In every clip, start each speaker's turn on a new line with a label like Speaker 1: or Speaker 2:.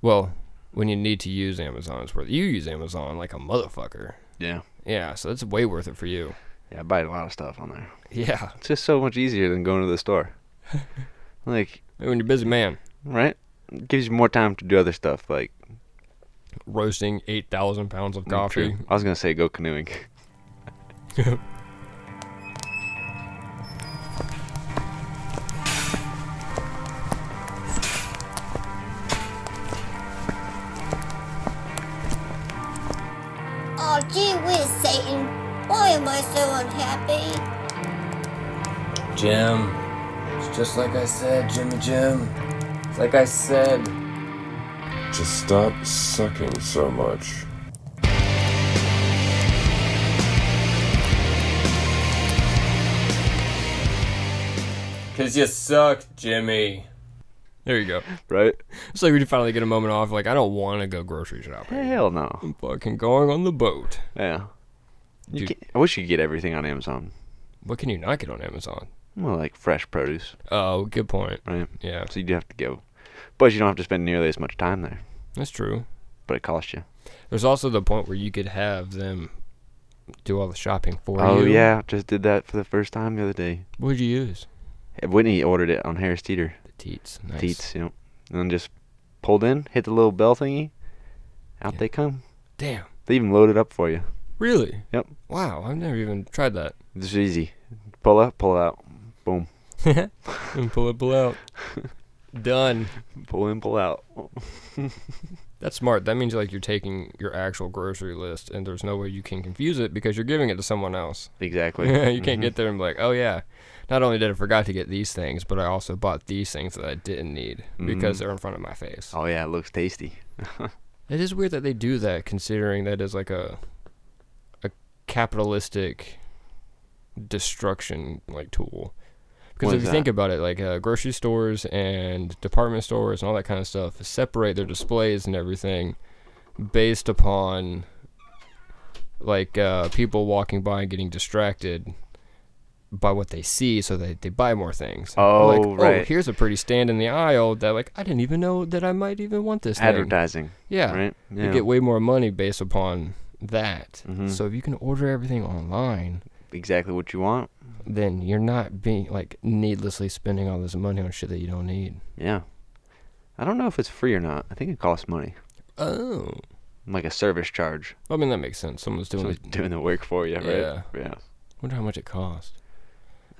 Speaker 1: Well, when you need to use Amazon, it's worth. You use Amazon like a motherfucker.
Speaker 2: Yeah.
Speaker 1: Yeah, so that's way worth it for you.
Speaker 2: Yeah, I buy a lot of stuff on there.
Speaker 1: Yeah,
Speaker 2: It's just so much easier than going to the store. like,
Speaker 1: when you're a busy man,
Speaker 2: right? It gives you more time to do other stuff. Like,
Speaker 1: roasting eight thousand pounds of
Speaker 2: Mm,
Speaker 1: coffee.
Speaker 2: I was gonna say go canoeing.
Speaker 3: Oh, gee whiz, Satan. Why am I so unhappy?
Speaker 4: Jim. It's just like I said, Jimmy Jim. It's like I said.
Speaker 5: Just stop sucking so much.
Speaker 4: Cause you suck, Jimmy.
Speaker 1: There you go.
Speaker 2: right?
Speaker 1: It's like we finally get a moment off. Like I don't want to go grocery shopping.
Speaker 2: Hell no.
Speaker 1: I'm fucking going on the boat.
Speaker 2: Yeah. You
Speaker 1: Dude.
Speaker 2: can I wish you could get everything on Amazon.
Speaker 1: What can you not get on Amazon?
Speaker 2: Well, like fresh produce,
Speaker 1: Oh, good point.
Speaker 2: right?
Speaker 1: Yeah,
Speaker 2: So you do have to go, but you don't have to spend nearly as much time there.
Speaker 1: that's true.
Speaker 2: But it costs you.
Speaker 1: There's also the point where you could have them do all the shopping for you.
Speaker 2: Oh yeah, just did that for the first time the other day. Uh,
Speaker 1: What'd you use?
Speaker 2: Whitney ordered it on Harris Teeter.
Speaker 1: The teats. Nice.
Speaker 2: Teats, you know, and then just pulled in, hit the little bell thingy, out
Speaker 1: Yeah.
Speaker 2: they come.
Speaker 1: Damn.
Speaker 2: They even load it up for you.
Speaker 1: Really?
Speaker 2: Yep.
Speaker 1: Wow, I've never even tried that.
Speaker 2: It's easy. Pull up, pull out, boom,
Speaker 1: and pull it, pull out. Done.
Speaker 2: pull in, pull out.
Speaker 1: That's smart. That means like you're taking your actual grocery list, and there's no way you can confuse it because you're giving it to someone else.
Speaker 2: Exactly. Mm-hmm.
Speaker 1: you can't get there and be like, oh yeah, not only did I forgot to get these things, but I also bought these things that I didn't need because they're in front of my face.
Speaker 2: Oh yeah, it looks tasty.
Speaker 1: It is weird that they do that, considering that is like a a capitalistic destruction like tool. Because
Speaker 2: What
Speaker 1: if
Speaker 2: is
Speaker 1: you
Speaker 2: that?
Speaker 1: think about it, like uh, grocery stores and department stores and all that kind of stuff separate their displays and everything based upon like uh, people walking by and getting distracted by what they see, so they they buy more things.
Speaker 2: Oh,
Speaker 1: like, Oh,
Speaker 2: right.
Speaker 1: here's a pretty stand in the aisle that like I didn't even know that I might even want this. thing.
Speaker 2: Advertising.
Speaker 1: Yeah.
Speaker 2: Right?
Speaker 1: You
Speaker 2: Yeah. Mm-hmm.
Speaker 1: get way more money based upon that. So if you can order everything online,
Speaker 2: Exactly what you want.
Speaker 1: then you're not being like needlessly spending all this money on shit that you don't need.
Speaker 2: Yeah. I don't know if it's free or not. I think it costs money,
Speaker 1: Oh.
Speaker 2: like a service charge.
Speaker 1: I mean that makes sense. Someone's doing
Speaker 2: Someone's
Speaker 1: it.
Speaker 2: doing the work for you, right?
Speaker 1: Mm-hmm. Yeah.
Speaker 2: Yeah.
Speaker 1: Wonder how much it costs.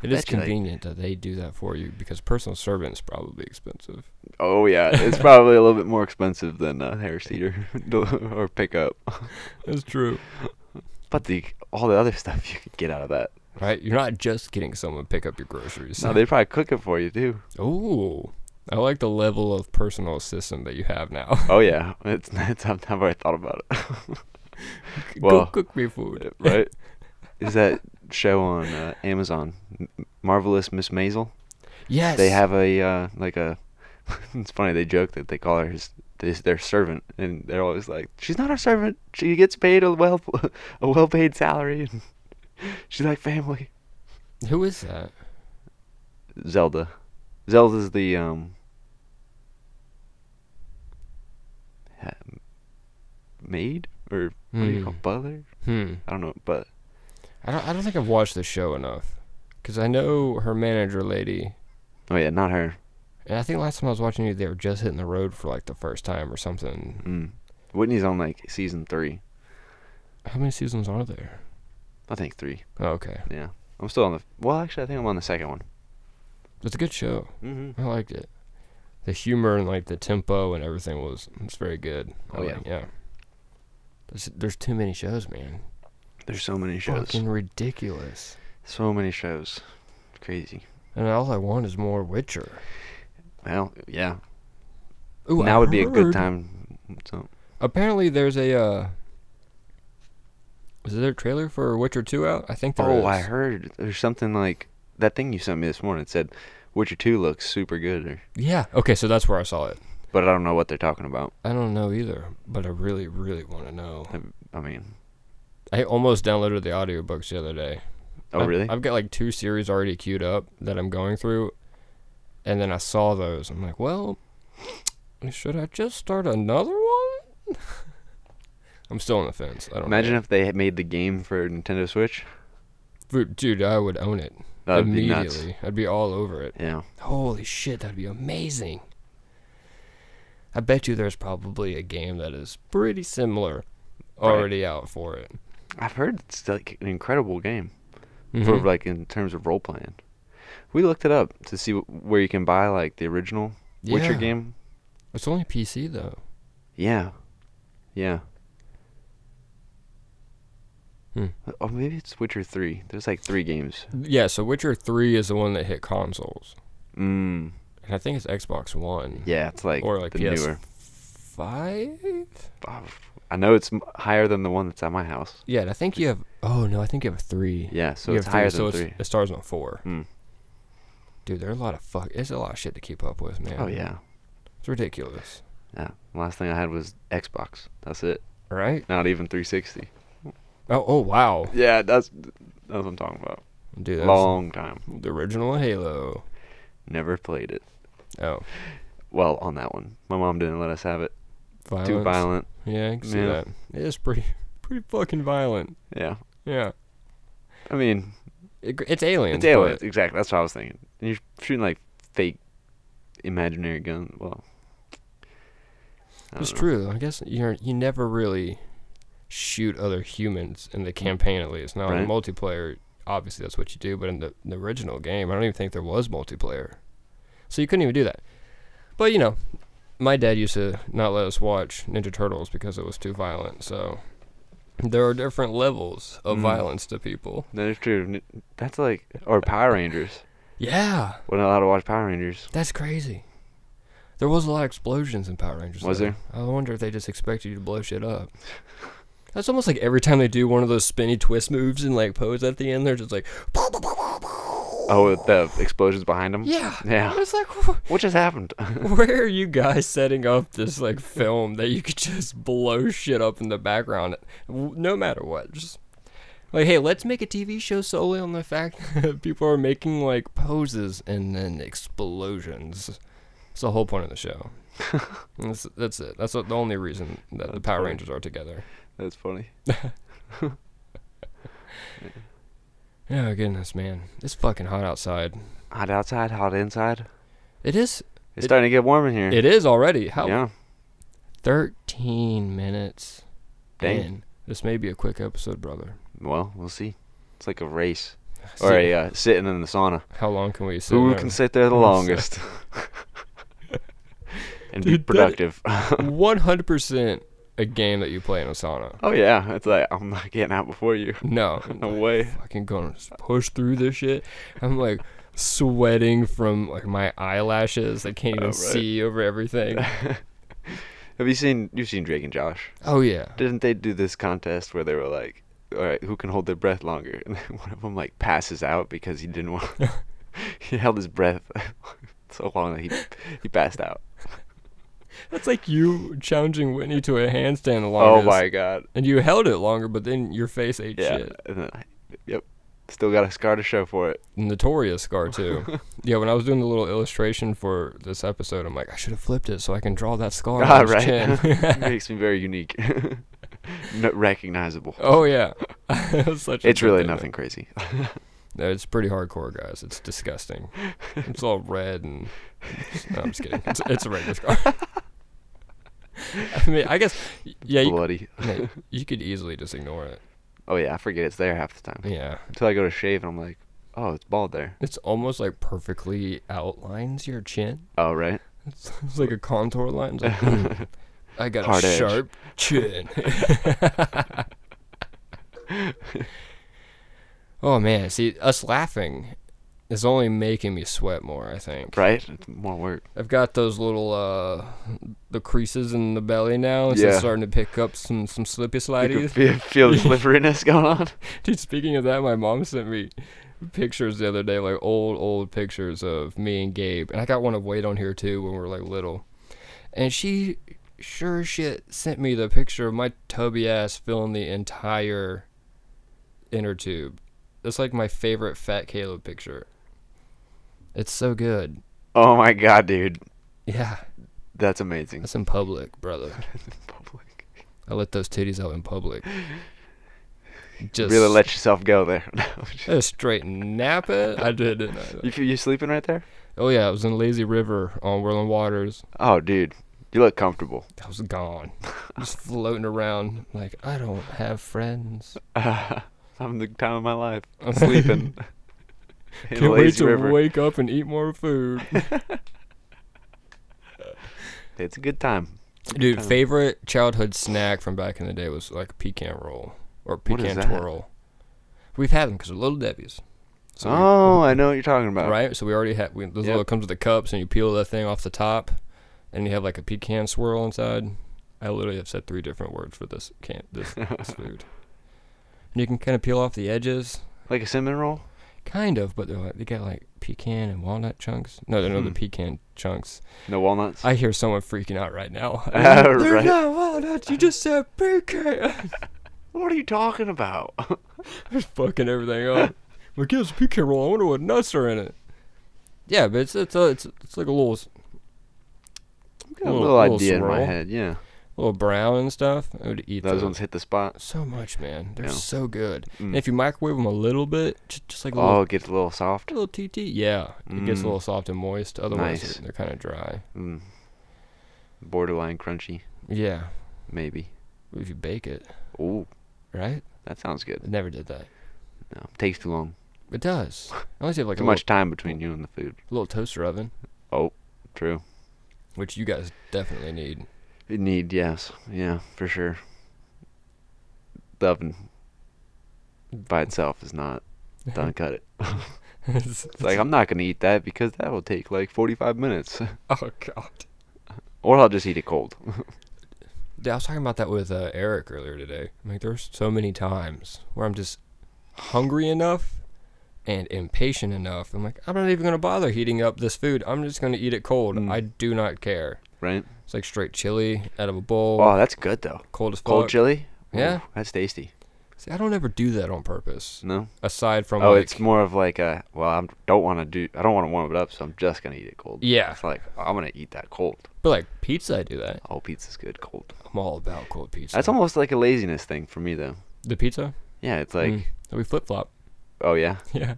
Speaker 1: It is
Speaker 2: bet you, like-
Speaker 1: convenient that they do that for you because personal servant's probably expensive.
Speaker 2: Oh yeah, it's probably a little bit more expensive than uh, Harris Teeter or pickup,
Speaker 1: That's true.
Speaker 2: but the all the other stuff you could get out of that.
Speaker 1: Right? You're not just getting someone to pick up your groceries.
Speaker 2: No, they probably cook it for you too.
Speaker 1: Ooh. I like the level of personal assistant that you have now.
Speaker 2: Oh yeah, it's it's I've never thought about it.
Speaker 1: Go
Speaker 2: Well-
Speaker 1: cook me food.
Speaker 2: right? Is that show on uh, Amazon, M- Marvelous Miss Maisel?
Speaker 1: Yes.
Speaker 2: They have a uh, like a. it's funny they joke that they call her his, this, their servant, and they're always like, "She's not our servant. She gets paid a well a well paid salary, and she's like family."
Speaker 1: Who is that?
Speaker 2: Zelda, Zelda's the um. ha- Maid or what do you call butler?
Speaker 1: Hmm.
Speaker 2: I don't know, but
Speaker 1: I don't, I don't think I've watched the show enough. Because I know her manager lady.
Speaker 2: oh yeah, not her.
Speaker 1: And I think last time I was watching you, they were just hitting the road for like the first time or something.
Speaker 2: Whitney's on like season three.
Speaker 1: How many seasons are there?
Speaker 2: I think three.
Speaker 1: Oh, okay.
Speaker 2: Yeah, I'm still on the. Well, actually, I think I'm on the second one.
Speaker 1: It's a good show.
Speaker 2: Mhm.
Speaker 1: I liked it. The humor and like the tempo and everything was it's very good. I
Speaker 2: Oh, yeah.
Speaker 1: like- yeah. There's, there's too many shows, man.
Speaker 2: There's so many shows.
Speaker 1: Fucking ridiculous.
Speaker 2: So many shows. Crazy.
Speaker 1: And all I want is more Witcher.
Speaker 2: Well, yeah.
Speaker 1: Ooh, I
Speaker 2: now would be a good
Speaker 1: heard-
Speaker 2: time. So,
Speaker 1: Apparently, there's a. uh Is there a trailer for Witcher Two out? I think there is.
Speaker 2: oh, I heard there's something like that thing you sent me this morning. It said Witcher 2 looks super good, or,
Speaker 1: Yeah. Okay, so that's where I saw it.
Speaker 2: but I don't know what they're talking about.
Speaker 1: I don't know either, but I really, really want to know.
Speaker 2: I, I mean,
Speaker 1: I almost downloaded the audiobooks the other day.
Speaker 2: oh,
Speaker 1: I've-
Speaker 2: really?
Speaker 1: I've got like two series already queued up that I'm going through, and then I saw those. I'm like, well, Should I just start another one? I'm still on the fence. I don't
Speaker 2: Imagine
Speaker 1: know.
Speaker 2: if they had made the game for Nintendo Switch.
Speaker 1: Dude, Dude, I would own it
Speaker 2: That would be nuts.
Speaker 1: immediately. I'd be all over it.
Speaker 2: Yeah.
Speaker 1: Holy shit, that'd be amazing. I bet you there's probably a game that is pretty similar already out for it.
Speaker 2: I've heard it's like an incredible game for
Speaker 1: Mhm.
Speaker 2: like in terms of role playing. We looked it up to see wh- where you can buy like the original Witcher
Speaker 1: Yeah.
Speaker 2: game.
Speaker 1: It's only PC though.
Speaker 2: Yeah. Yeah.
Speaker 1: Hmm.
Speaker 2: Oh, maybe it's Witcher 3. There's like three games.
Speaker 1: Yeah, so Witcher 3 is the one that hit consoles.
Speaker 2: Mm.
Speaker 1: And I think it's Xbox One.
Speaker 2: Yeah, it's like,
Speaker 1: Or, like,
Speaker 2: the
Speaker 1: PS.
Speaker 2: newer.
Speaker 1: 5?
Speaker 2: Oh, I know it's m- higher than the one that's at my house.
Speaker 1: Yeah, and I think you have Oh no, I think you have 3.
Speaker 2: Yeah, so
Speaker 1: You
Speaker 2: it's
Speaker 1: have
Speaker 2: higher
Speaker 1: so
Speaker 2: than
Speaker 1: it's-
Speaker 2: three.
Speaker 1: It starts on 4.
Speaker 2: Mm.
Speaker 1: Dude, there are a lot of fuck it's a lot of shit to keep up with, man.
Speaker 2: Oh yeah.
Speaker 1: It's ridiculous.
Speaker 2: Yeah. Last thing I had was Xbox. That's it.
Speaker 1: Right?
Speaker 2: Not even 360.
Speaker 1: Oh, oh wow.
Speaker 2: Yeah, that's that's what I'm talking about.
Speaker 1: Dude, that's
Speaker 2: Long time.
Speaker 1: the original Halo.
Speaker 2: Never played it.
Speaker 1: Oh,
Speaker 2: Well, on that one, my mom didn't let us have it.
Speaker 1: violence.
Speaker 2: Too violent.
Speaker 1: Yeah, I can see
Speaker 2: Yeah.
Speaker 1: that. It is pretty, pretty fucking violent.
Speaker 2: Yeah.
Speaker 1: Yeah,
Speaker 2: I mean,
Speaker 1: it, it's aliens.
Speaker 2: it's aliens.
Speaker 1: but-
Speaker 2: Exactly. That's what I was thinking. And you're shooting like fake, imaginary guns. Well, I
Speaker 1: It's
Speaker 2: don't know.
Speaker 1: true though. I guess you're you never really shoot other humans in the campaign at least. Now in
Speaker 2: Right.
Speaker 1: multiplayer, obviously that's what you do. But in the, the original game, I don't even think there was multiplayer, so you couldn't even do that. But you know, my dad used to not let us watch Ninja Turtles because it was too violent. So there are different levels of
Speaker 2: Mm.
Speaker 1: violence to people.
Speaker 2: That is true. N- That's like, or Power Rangers.
Speaker 1: Yeah.
Speaker 2: Wasn't allowed to watch Power Rangers.
Speaker 1: That's crazy. There was a lot of explosions in Power Rangers.
Speaker 2: Was
Speaker 1: though.
Speaker 2: there?
Speaker 1: I wonder if they just expected you to blow shit up. That's almost like every time they do one of those spinny twist moves and like pose at the end, they're just like,
Speaker 2: Oh, with the explosions behind them.
Speaker 1: yeah,
Speaker 2: Yeah.
Speaker 1: I was like, "Wh-
Speaker 2: What just happened?
Speaker 1: where are you guys setting up this like film that you could just blow shit up in the background, w- no matter what? Just like, hey, let's make a TV show solely on the fact that people are making like poses and then explosions. It's the whole point of the show. And that's, that's it. That's the only reason that the
Speaker 2: That's
Speaker 1: Power
Speaker 2: funny.
Speaker 1: Rangers are together.
Speaker 2: That's funny.
Speaker 1: Oh goodness, man, it's fucking hot outside.
Speaker 2: Hot outside, hot inside.
Speaker 1: It is.
Speaker 2: It's
Speaker 1: It-
Speaker 2: starting to get warm in here.
Speaker 1: It is already. How?
Speaker 2: Yeah.
Speaker 1: Thirteen minutes.
Speaker 2: Dang.
Speaker 1: in. This may be a quick episode, brother.
Speaker 2: Well, we'll see. It's like a race or
Speaker 1: Sit-
Speaker 2: a uh, sitting in the sauna.
Speaker 1: How long can we sit?
Speaker 2: Who
Speaker 1: there?
Speaker 2: can sit there the longest and be
Speaker 1: Dude, that-
Speaker 2: productive?
Speaker 1: 100% a game that you play in a sauna.
Speaker 2: oh yeah, it's like I'm not getting out before you.
Speaker 1: No.
Speaker 2: No way.
Speaker 1: Fucking gonna just push through this shit. I'm like sweating from like my eyelashes. I can't even
Speaker 2: Alright.
Speaker 1: see over everything.
Speaker 2: Have you seen you've seen Drake and Josh?
Speaker 1: Oh yeah.
Speaker 2: Didn't they do this contest where they were like, all right, who can hold their breath longer? And then one of them like passes out because he didn't want. he held his breath so long that he he passed out.
Speaker 1: That's like you challenging Whitney to a handstand the
Speaker 2: Oh
Speaker 1: longest.
Speaker 2: my god.
Speaker 1: And you held it longer, but then your face ate
Speaker 2: Yeah.
Speaker 1: shit.
Speaker 2: And then I, yep. Still got a scar to show for it.
Speaker 1: Notorious scar too. yeah, when I was doing the little illustration for this episode, I'm like, I should have flipped it so I can draw that scar
Speaker 2: Ah,
Speaker 1: on his
Speaker 2: right.
Speaker 1: chin.
Speaker 2: Makes me very unique. Not recognizable.
Speaker 1: oh yeah. It was such a
Speaker 2: it's really
Speaker 1: dickhead.
Speaker 2: nothing crazy.
Speaker 1: No, it's pretty hardcore, guys. It's disgusting. It's all red and. No, I'm just kidding. It's, it's a regular scar. I mean, I guess, yeah, you,
Speaker 2: Bloody.
Speaker 1: no, you could easily just ignore it.
Speaker 2: Oh yeah, I forget it's there half the time.
Speaker 1: Yeah,
Speaker 2: Until I go to shave and I'm like, oh, it's bald there.
Speaker 1: it's almost like perfectly outlines your chin.
Speaker 2: Oh right.
Speaker 1: It's, it's like a contour line. It's like, "Hmm, I got
Speaker 2: Hard
Speaker 1: a
Speaker 2: edge.
Speaker 1: sharp chin. oh man, see, us laughing is only making me sweat more. I think.
Speaker 2: Right? It's more work.
Speaker 1: I've got those little uh the creases in the belly now. It's
Speaker 2: Yeah.
Speaker 1: just starting to pick up some some slippy
Speaker 2: You can
Speaker 1: slideys.
Speaker 2: feel, feel the slipperiness going on.
Speaker 1: Dude, speaking of that, my mom sent me pictures the other day, like old old pictures of me and Gabe, and I got one of Wade on here too when we were like little, and she sure as shit sent me the picture of my tubby ass filling the entire inner tube. That's like my favorite Fat Caleb picture. It's so good.
Speaker 2: Oh my god, dude.
Speaker 1: Yeah.
Speaker 2: That's amazing.
Speaker 1: That's in public, brother.
Speaker 2: Public.
Speaker 1: I let those titties out in public. Just
Speaker 2: Really let yourself go there. No, just-
Speaker 1: just straight nap it. I did it.
Speaker 2: you f- you sleeping right there?
Speaker 1: Oh yeah, I was in Lazy River on Whirling Waters.
Speaker 2: Oh, dude, you look comfortable.
Speaker 1: I was gone, just floating around. Like I don't have friends.
Speaker 2: I'm the time of my life. Sleeping. in
Speaker 1: Can't wait
Speaker 2: Lazy
Speaker 1: to
Speaker 2: River.
Speaker 1: wake up and eat more food.
Speaker 2: It's a good time.
Speaker 1: Dude, favorite childhood snack from back in the day was like a pecan roll or
Speaker 2: What is
Speaker 1: pecan
Speaker 2: that?
Speaker 1: twirl. We've had them because they're little Debbie's. So we-
Speaker 2: oh, I know what you're talking about.
Speaker 1: right? So we already had. We, those
Speaker 2: Yep.
Speaker 1: little comes with the cups, and you peel that thing off the top, and you have like a pecan swirl inside. I literally have said three different words for this can this, this food. And you can kind of peel off the edges,
Speaker 2: Like a cinnamon roll?
Speaker 1: kind of, but they're like they got like pecan and walnut chunks. No, they're not the
Speaker 2: Hmm.
Speaker 1: pecan chunks.
Speaker 2: No walnuts?
Speaker 1: I hear someone freaking out right now.
Speaker 2: Ah,
Speaker 1: They're
Speaker 2: right.
Speaker 1: not walnuts. You just said pecan.
Speaker 2: what are you talking about?
Speaker 1: Just fucking everything up. My kid's a pecan roll. I wonder what nuts are in it. Yeah, but it's it's a, it's it's like a little s-
Speaker 2: Got a
Speaker 1: Little-
Speaker 2: little,
Speaker 1: little
Speaker 2: idea in my
Speaker 1: swirl.
Speaker 2: head, yeah.
Speaker 1: little brown and stuff. I would eat
Speaker 2: Those
Speaker 1: those.
Speaker 2: ones hit the spot.
Speaker 1: So much, man. They're
Speaker 2: Yeah.
Speaker 1: so good. And
Speaker 2: Mm.
Speaker 1: if you microwave them a little bit, just, just like a
Speaker 2: Oh,
Speaker 1: little,
Speaker 2: it gets a little soft.
Speaker 1: little TT, yeah, it gets a
Speaker 2: Mm.
Speaker 1: little soft and moist. Otherwise,
Speaker 2: Nice.
Speaker 1: they're, kind of dry.
Speaker 2: Mm. Borderline crunchy,
Speaker 1: Yeah,
Speaker 2: maybe.
Speaker 1: if you bake it,
Speaker 2: Ooh,
Speaker 1: right?
Speaker 2: that sounds good.
Speaker 1: I never did that.
Speaker 2: No, takes too long.
Speaker 1: It does. Unless you have like
Speaker 2: Too
Speaker 1: a
Speaker 2: much time between you and the food.
Speaker 1: Little, little toaster oven,
Speaker 2: True.
Speaker 1: which you guys definitely need.
Speaker 2: It Need, yes. Yeah, for sure. The oven by itself is not done cut it.
Speaker 1: It's-
Speaker 2: It's like I'm not gonna eat that because that will take like 45 minutes,
Speaker 1: oh god.
Speaker 2: or I'll just eat it cold.
Speaker 1: Yeah, I was talking about that with uh, Eric earlier today. I'm Like, there's so many times where I'm just hungry enough and impatient enough. I'm like, I'm not even gonna bother heating up this food. I'm just gonna eat it cold.
Speaker 2: Mm.
Speaker 1: I do not care.
Speaker 2: Right?
Speaker 1: It's like straight chili out of a bowl,
Speaker 2: Oh, that's good though.
Speaker 1: cold as fuck.
Speaker 2: Cold chili?
Speaker 1: Yeah.
Speaker 2: Ooh, that's tasty.
Speaker 1: See, I don't ever do that on purpose.
Speaker 2: No?
Speaker 1: Aside from,
Speaker 2: oh,
Speaker 1: like,
Speaker 2: it's more of like a well, I don't want to do I don't want to warm it up, so I'm just gonna eat it cold.
Speaker 1: yeah,
Speaker 2: It's like I'm gonna eat that cold.
Speaker 1: but like pizza, I do that.
Speaker 2: Oh, pizza's good cold.
Speaker 1: I'm all about cold pizza.
Speaker 2: That's almost like a laziness thing for me though.
Speaker 1: the pizza.
Speaker 2: Yeah, it's like
Speaker 1: Mm. So we flip flop.
Speaker 2: oh yeah,
Speaker 1: Yeah,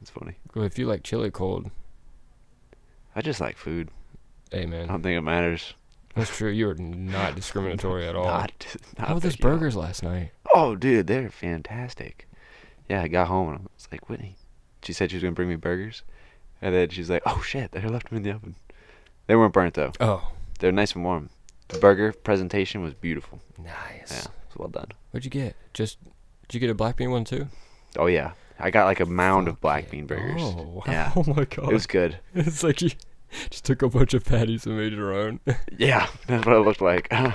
Speaker 2: it's funny.
Speaker 1: if you like chili cold,
Speaker 2: I just like food.
Speaker 1: hey
Speaker 2: I
Speaker 1: man,
Speaker 2: don't think it matters.
Speaker 1: that's true. You are not discriminatory at all.
Speaker 2: Not, not
Speaker 1: oh, those
Speaker 2: picky at all.
Speaker 1: burgers last night.
Speaker 2: Oh, dude, they're fantastic. Yeah, I got home and I was like, Whitney, she said she was gonna bring me burgers, and then she's like, oh shit, I left them in the oven. They weren't burnt though.
Speaker 1: Oh,
Speaker 2: They're nice and warm. The burger presentation was beautiful.
Speaker 1: nice.
Speaker 2: Yeah, it's well done.
Speaker 1: What'd you get? Just did you get a black bean one too?
Speaker 2: Oh yeah, I got like a mound of black
Speaker 1: Yeah.
Speaker 2: bean burgers.
Speaker 1: Oh, wow.
Speaker 2: Yeah,
Speaker 1: oh my god!
Speaker 2: it was good.
Speaker 1: it's like you just took a bunch of patties and made your own.
Speaker 2: Yeah, that's what it looked like. it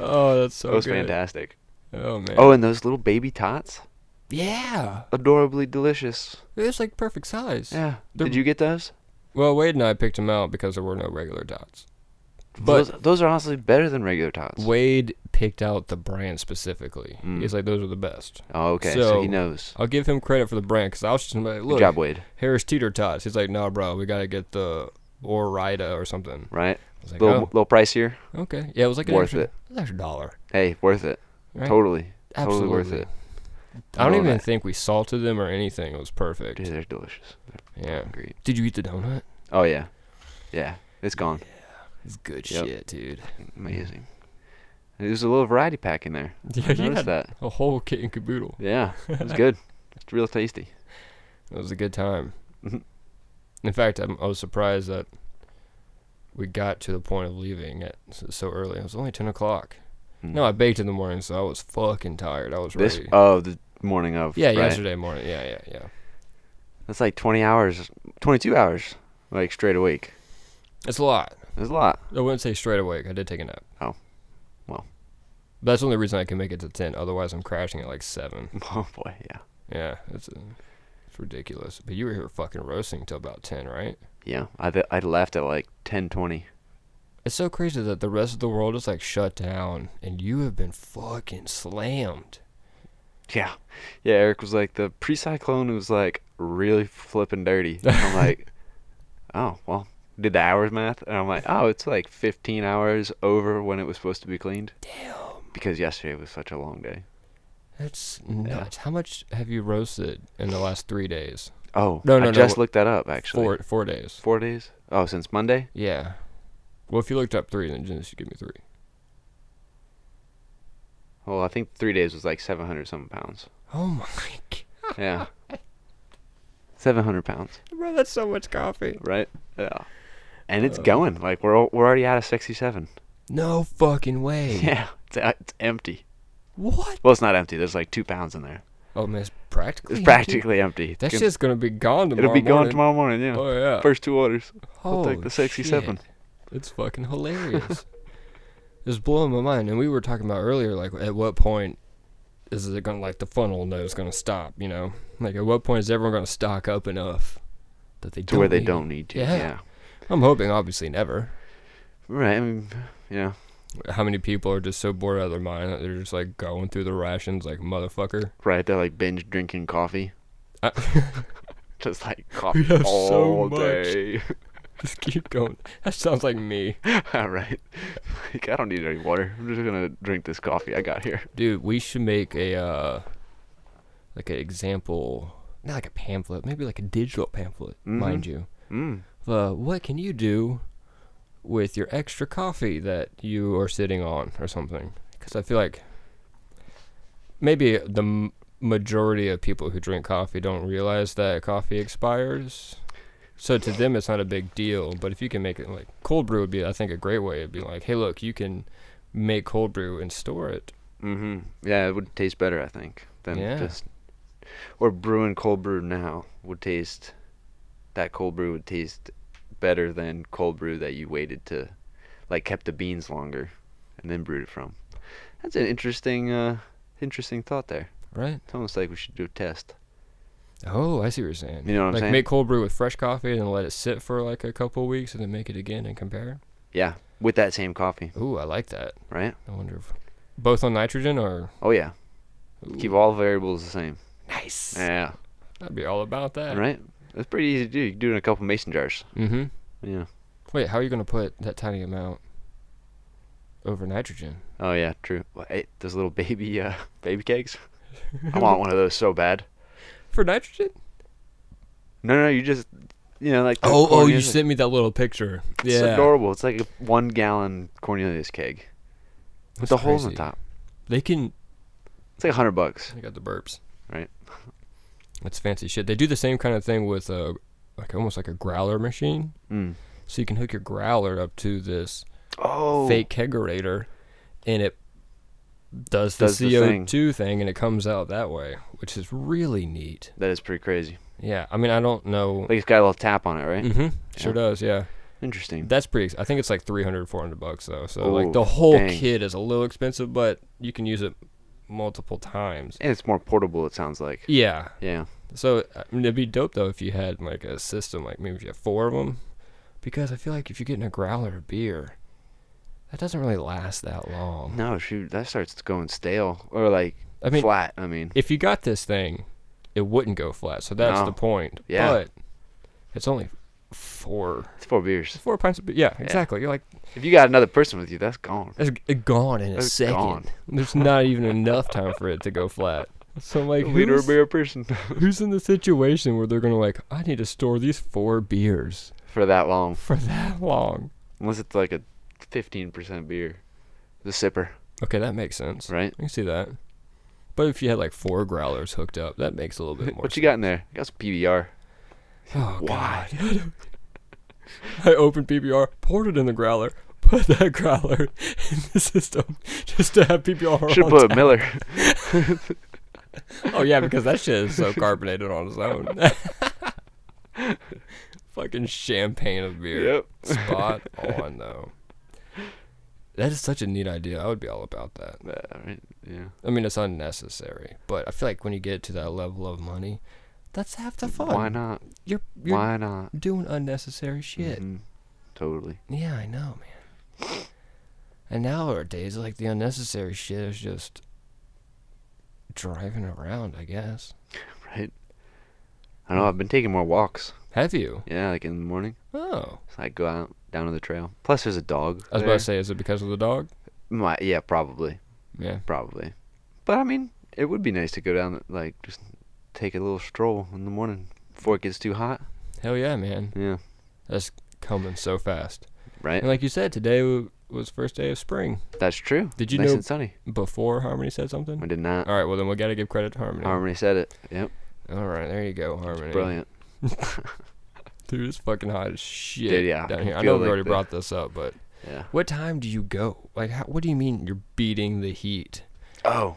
Speaker 1: oh, that's so
Speaker 2: was
Speaker 1: good.
Speaker 2: fantastic.
Speaker 1: Oh man.
Speaker 2: Oh, and those little baby tots,
Speaker 1: yeah,
Speaker 2: adorably delicious.
Speaker 1: it was like perfect size.
Speaker 2: Yeah,
Speaker 1: They're-
Speaker 2: did you get those?
Speaker 1: Well, Wade and I picked them out because there were no regular dots.
Speaker 2: Those,
Speaker 1: But
Speaker 2: those are honestly better than regular tots.
Speaker 1: Wade picked out the brand specifically.
Speaker 2: Mm.
Speaker 1: He's like, those are the best.
Speaker 2: Oh, okay, so, he
Speaker 1: So-
Speaker 2: knows.
Speaker 1: I'll give him credit for the brand because I was just like,
Speaker 2: Good
Speaker 1: look,
Speaker 2: job, Wade.
Speaker 1: Harris Teeter Tots. He's like, no, bro, we gotta get the Orida or something.
Speaker 2: Right?
Speaker 1: I was like,
Speaker 2: little
Speaker 1: oh.
Speaker 2: little pricier.
Speaker 1: Okay. Yeah, it was like an
Speaker 2: Worth
Speaker 1: extra,
Speaker 2: it.
Speaker 1: an extra dollar.
Speaker 2: Hey, worth it.
Speaker 1: Right?
Speaker 2: Totally,
Speaker 1: Absolutely.
Speaker 2: totally worth it.
Speaker 1: I don't
Speaker 2: Love
Speaker 1: even
Speaker 2: it.
Speaker 1: think we salted them or anything. It was perfect.
Speaker 2: Dude, they're delicious.
Speaker 1: Yeah.
Speaker 2: Great.
Speaker 1: Did you eat the donut?
Speaker 2: Oh yeah, yeah. It's gone.
Speaker 1: It's good
Speaker 2: Yep.
Speaker 1: shit, dude.
Speaker 2: Amazing. There's a little variety pack in there.
Speaker 1: Yeah,
Speaker 2: I
Speaker 1: you
Speaker 2: noticed
Speaker 1: had
Speaker 2: that.
Speaker 1: a whole kit and caboodle.
Speaker 2: Yeah, it was good. It's real tasty.
Speaker 1: It was a good time.
Speaker 2: Mhm.
Speaker 1: In fact, I'm, I was surprised that we got to the point of leaving at s- so early. It was only ten o'clock.
Speaker 2: Mm.
Speaker 1: No, I baked in the morning, so I was fucking tired. I was
Speaker 2: This
Speaker 1: ready.
Speaker 2: oh the morning of
Speaker 1: yeah,
Speaker 2: right?
Speaker 1: yesterday morning. Yeah, yeah, yeah.
Speaker 2: That's like 20 hours, 22 hours, like straight awake.
Speaker 1: It's a lot.
Speaker 2: That's a lot.
Speaker 1: I wouldn't say straight awake. I did take a nap.
Speaker 2: Oh. Well.
Speaker 1: That's the only reason I can make it to 10. Otherwise, I'm crashing at like 7.
Speaker 2: Oh boy, yeah,
Speaker 1: Yeah, it's, uh, it's ridiculous. But you were here fucking roasting till about 10, right?
Speaker 2: yeah. I th- I left at like 10:20.
Speaker 1: It's so crazy that the rest of the world is like shut down and you have been fucking slammed.
Speaker 2: Yeah, yeah. Eric was like the pre-cyclone was like really flipping dirty. And I'm like, oh well, did the hours math, and I'm like, oh, it's like 15 hours over when it was supposed to be cleaned. Damn. Because yesterday was such a long day.
Speaker 1: That's nuts. How much have you roasted in the last three days?
Speaker 2: Oh,
Speaker 1: No,
Speaker 2: no,
Speaker 1: no,
Speaker 2: I
Speaker 1: no,
Speaker 2: just
Speaker 1: wha-
Speaker 2: looked that up actually.
Speaker 1: Four four days.
Speaker 2: Four days. Oh, since Monday.
Speaker 1: Yeah. Well, if you looked up three, then just give me three.
Speaker 2: Well, I think three days was like 700 something pounds.
Speaker 1: Oh my god,
Speaker 2: Yeah. 700 pounds,
Speaker 1: bro, that's so much coffee.
Speaker 2: right? Yeah. And
Speaker 1: Uh,
Speaker 2: it's going. Like we're al- we're already out of 67.
Speaker 1: No fucking way.
Speaker 2: Yeah, it's, uh, it's empty.
Speaker 1: What?
Speaker 2: Well, it's not empty. There's like two pounds in there.
Speaker 1: Oh man, it's practically.
Speaker 2: It's
Speaker 1: empty.
Speaker 2: practically empty.
Speaker 1: That
Speaker 2: It's
Speaker 1: shit's gonna be gone tomorrow.
Speaker 2: It'll be gone
Speaker 1: morning.
Speaker 2: tomorrow morning. Yeah.
Speaker 1: Oh yeah.
Speaker 2: First two orders. I'll
Speaker 1: Holy
Speaker 2: take the 67.
Speaker 1: shit. It's fucking hilarious. it's blowing my mind. And we were talking about earlier, like at what point is it gonna like the funnel no it's gonna stop, you know? Like at what point is everyone gonna stock up enough that they
Speaker 2: To where they
Speaker 1: need it?
Speaker 2: don't need to.
Speaker 1: Yeah.
Speaker 2: Yeah.
Speaker 1: I'm hoping obviously never.
Speaker 2: Right. I mean, yeah.
Speaker 1: How many people are just so bored out of their mind that they're just like going through the rations like motherfucker?
Speaker 2: Right. They're like binge drinking coffee.
Speaker 1: I-
Speaker 2: Just like coffee
Speaker 1: have so
Speaker 2: all
Speaker 1: much.
Speaker 2: day.
Speaker 1: just keep going. That sounds like me.
Speaker 2: All right. Like, I don't need any water. I'm just gonna drink this coffee I got here.
Speaker 1: Dude, we should make a uh like an example not like a pamphlet, maybe like a digital pamphlet, mind you.
Speaker 2: Mm.
Speaker 1: Uh, what can you do with your extra coffee that you are sitting on or something? Because I feel like maybe the m- majority of people who drink coffee don't realize that coffee expires. So to them, it's not a big deal. But if you can make it like cold brew would be, I think, a great way. It'd be like, hey, look, you can make cold brew and store it.
Speaker 2: hmm Yeah, it would taste better, I think, than
Speaker 1: Yeah.
Speaker 2: just or brewing cold brew now would taste. That cold brew would taste better than cold brew that you waited to, like, kept the beans longer, and then brewed it from. That's an interesting, uh, interesting thought there.
Speaker 1: Right.
Speaker 2: It's almost like we should do a test.
Speaker 1: Oh, I see what you're saying.
Speaker 2: You know what I'm
Speaker 1: like
Speaker 2: saying?
Speaker 1: make cold brew with fresh coffee and then let it sit for like a couple weeks and then make it again and compare.
Speaker 2: Yeah, with that same coffee,
Speaker 1: Ooh, I like that.
Speaker 2: right?
Speaker 1: I wonder if both on nitrogen or
Speaker 2: Oh yeah. Keep all variables the same.
Speaker 1: nice.
Speaker 2: Yeah.
Speaker 1: I'd be all about that.
Speaker 2: Right? That's pretty easy to do. You can do it in a couple mason jars.
Speaker 1: Mm-hmm.
Speaker 2: Yeah.
Speaker 1: Wait, how are you gonna put that tiny amount over nitrogen?
Speaker 2: Oh yeah, true. Well, hey, those little baby uh baby cakes. I want one of those so bad.
Speaker 1: For nitrogen?
Speaker 2: No, no, you just you know like the
Speaker 1: Oh, oh, you
Speaker 2: Cornelius-
Speaker 1: sent me that little picture.
Speaker 2: It's
Speaker 1: yeah,
Speaker 2: adorable. It's like a one gallon Cornelius keg
Speaker 1: That's
Speaker 2: with the holes on
Speaker 1: crazy.
Speaker 2: top.
Speaker 1: They can.
Speaker 2: It's like a hundred bucks.
Speaker 1: I got the burps.
Speaker 2: Right.
Speaker 1: That's fancy shit. They do the same kind of thing with a, like almost like a growler machine.
Speaker 2: Mm.
Speaker 1: So you can hook your growler up to this
Speaker 2: Oh,
Speaker 1: fake kegerator, and it does the
Speaker 2: Does the
Speaker 1: CO2
Speaker 2: thing.
Speaker 1: thing. and it comes out that way, which is really neat.
Speaker 2: That is pretty crazy.
Speaker 1: Yeah, I mean, I don't know.
Speaker 2: Like it's got a little tap on it, right?
Speaker 1: hmm Sure
Speaker 2: Yeah.
Speaker 1: does, yeah.
Speaker 2: Interesting.
Speaker 1: That's pretty. Ex- I think it's like 300, 400 bucks though. So like
Speaker 2: Ooh,
Speaker 1: the whole
Speaker 2: dang.
Speaker 1: kit is a little expensive, but you can use it multiple times.
Speaker 2: And it's more portable. It sounds like.
Speaker 1: Yeah.
Speaker 2: Yeah.
Speaker 1: So I mean, it'd be dope though if you had like a system, like maybe if you have four of them, because I feel like if you're getting a growler of beer, that doesn't really last that long.
Speaker 2: No, shoot, that starts going stale or like
Speaker 1: I mean,
Speaker 2: flat. I mean,
Speaker 1: if you got this thing, it wouldn't go flat. So that's
Speaker 2: No.
Speaker 1: the point.
Speaker 2: Yeah.
Speaker 1: But it's only four,
Speaker 2: it's four beers.
Speaker 1: four pints of beer. Yeah, exactly. You're like
Speaker 2: If you got another person with you, that's gone.
Speaker 1: It's g- gone in a
Speaker 2: It's
Speaker 1: second.
Speaker 2: gone.
Speaker 1: There's not even enough time for it to go flat. So I'm like,
Speaker 2: A liter
Speaker 1: who's,
Speaker 2: of beer a person
Speaker 1: who's in the situation where they're gonna like, I need to store these four beers
Speaker 2: for that long,
Speaker 1: for that long?
Speaker 2: unless it's like a fifteen percent beer, the sipper,
Speaker 1: Okay, that makes sense.
Speaker 2: right?
Speaker 1: I can see that. But if you had like four growlers hooked up, that makes a little bit more.
Speaker 2: What you
Speaker 1: sense.
Speaker 2: got in there? I got some PBR.
Speaker 1: Oh,
Speaker 2: Why?
Speaker 1: God. I opened PBR, poured it in the growler, put that growler in the system just to have PBR.
Speaker 2: Should
Speaker 1: on
Speaker 2: have put
Speaker 1: tap.
Speaker 2: Miller.
Speaker 1: Oh yeah, because that shit is so carbonated on its own. Fucking champagne of beer.
Speaker 2: Yep.
Speaker 1: Spot on though. That is such a neat idea. I would be all about that.
Speaker 2: Uh, right, Yeah.
Speaker 1: I mean, it's unnecessary, but I feel like when you get to that level of money, that's half the fun.
Speaker 2: Why not?
Speaker 1: You're you're
Speaker 2: Why not?
Speaker 1: doing unnecessary shit.
Speaker 2: Mhm. Totally.
Speaker 1: Yeah, I know, man. And nowadays, like the unnecessary shit is just driving around. I guess.
Speaker 2: Right. I know. I've been taking more walks.
Speaker 1: Have you?
Speaker 2: Yeah, like in the morning.
Speaker 1: Oh.
Speaker 2: So I go out down to the trail. Plus, there's a dog.
Speaker 1: I was about
Speaker 2: there.
Speaker 1: to say, is it because of the dog?
Speaker 2: My, yeah, probably,
Speaker 1: Yeah.
Speaker 2: probably. But I mean, it would be nice to go down, like just take a little stroll in the morning before it gets too hot.
Speaker 1: Hell yeah, man.
Speaker 2: Yeah,
Speaker 1: That's coming so fast.
Speaker 2: right.
Speaker 1: And like you said, today w- was first day of spring.
Speaker 2: That's true.
Speaker 1: Did you
Speaker 2: nice
Speaker 1: know-
Speaker 2: and sunny?
Speaker 1: Before Harmony said something.
Speaker 2: I did not.
Speaker 1: All right. Well, then we gotta give credit to Harmony.
Speaker 2: Harmony said it. Yep,
Speaker 1: All right. There you go, Harmony.
Speaker 2: brilliant.
Speaker 1: Dude, it's fucking hot as shit
Speaker 2: Dude, yeah, I
Speaker 1: down
Speaker 2: can
Speaker 1: here. I
Speaker 2: feel
Speaker 1: know we
Speaker 2: like
Speaker 1: already
Speaker 2: the-
Speaker 1: brought this up, but
Speaker 2: Yeah.
Speaker 1: what time do you go? Like, how, what do you mean you're beating the heat?
Speaker 2: Oh,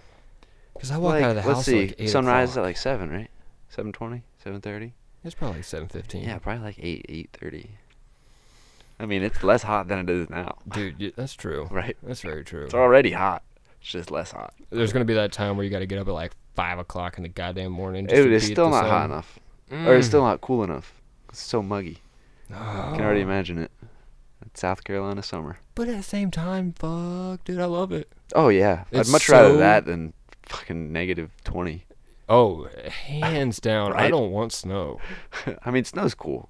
Speaker 1: Because I walk
Speaker 2: like,
Speaker 1: out of the
Speaker 2: let's
Speaker 1: house
Speaker 2: see.
Speaker 1: like eight
Speaker 2: Sunrise
Speaker 1: o'clock.
Speaker 2: at like seven, right? Seven twenty, seven thirty.
Speaker 1: it's probably like seven fifteen.
Speaker 2: Yeah, probably like eight, eight thirty. I mean, it's less hot than it is now,
Speaker 1: dude, y that's true.
Speaker 2: right?
Speaker 1: That's very true.
Speaker 2: It's already hot. It's just less hot.
Speaker 1: There's gonna be that time where you got to get up at like five o'clock in the goddamn morning. Just
Speaker 2: Dude,
Speaker 1: to
Speaker 2: it's
Speaker 1: beat
Speaker 2: still
Speaker 1: the
Speaker 2: not
Speaker 1: sun.
Speaker 2: hot enough, or it's still not cool enough. It's so muggy. I can already
Speaker 1: Oh.
Speaker 2: imagine it. It's South Carolina summer.
Speaker 1: But at the same time, fuck, dude, I love it.
Speaker 2: Oh yeah,
Speaker 1: It's
Speaker 2: I'd much rather
Speaker 1: so-
Speaker 2: that than fucking negative twenty.
Speaker 1: Oh, hands down, I
Speaker 2: Right?
Speaker 1: don't want snow.
Speaker 2: I mean, snow's cool.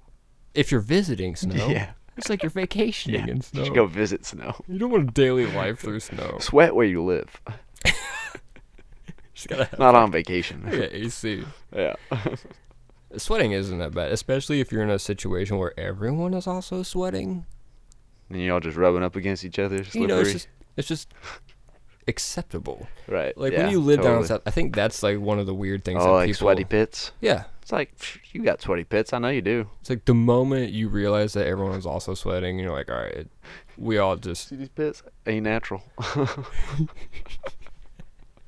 Speaker 1: If you're visiting snow,
Speaker 2: Yeah.
Speaker 1: it's like you're vacationing in
Speaker 2: You
Speaker 1: snow.
Speaker 2: should go visit snow.
Speaker 1: You don't want a daily life through snow.
Speaker 2: Sweat where you live,
Speaker 1: Just gotta have
Speaker 2: not on vacation.
Speaker 1: yeah, AC.
Speaker 2: yeah.
Speaker 1: Sweating isn't that bad, especially if you're in a situation where everyone is also sweating.
Speaker 2: And you're all just rubbing up against each other, slippery.
Speaker 1: You know, it's just it's just acceptable.
Speaker 2: right.
Speaker 1: Like
Speaker 2: yeah,
Speaker 1: when you live down
Speaker 2: totally.
Speaker 1: south, I think that's like one of the weird things. that
Speaker 2: Oh, like
Speaker 1: people,
Speaker 2: sweaty pits.
Speaker 1: Yeah,
Speaker 2: It's like pff, you got sweaty pits. I know you do.
Speaker 1: it's like the moment you realize that everyone is also sweating, you're like, all right, it, we all just.
Speaker 2: See these pits? Ain't natural.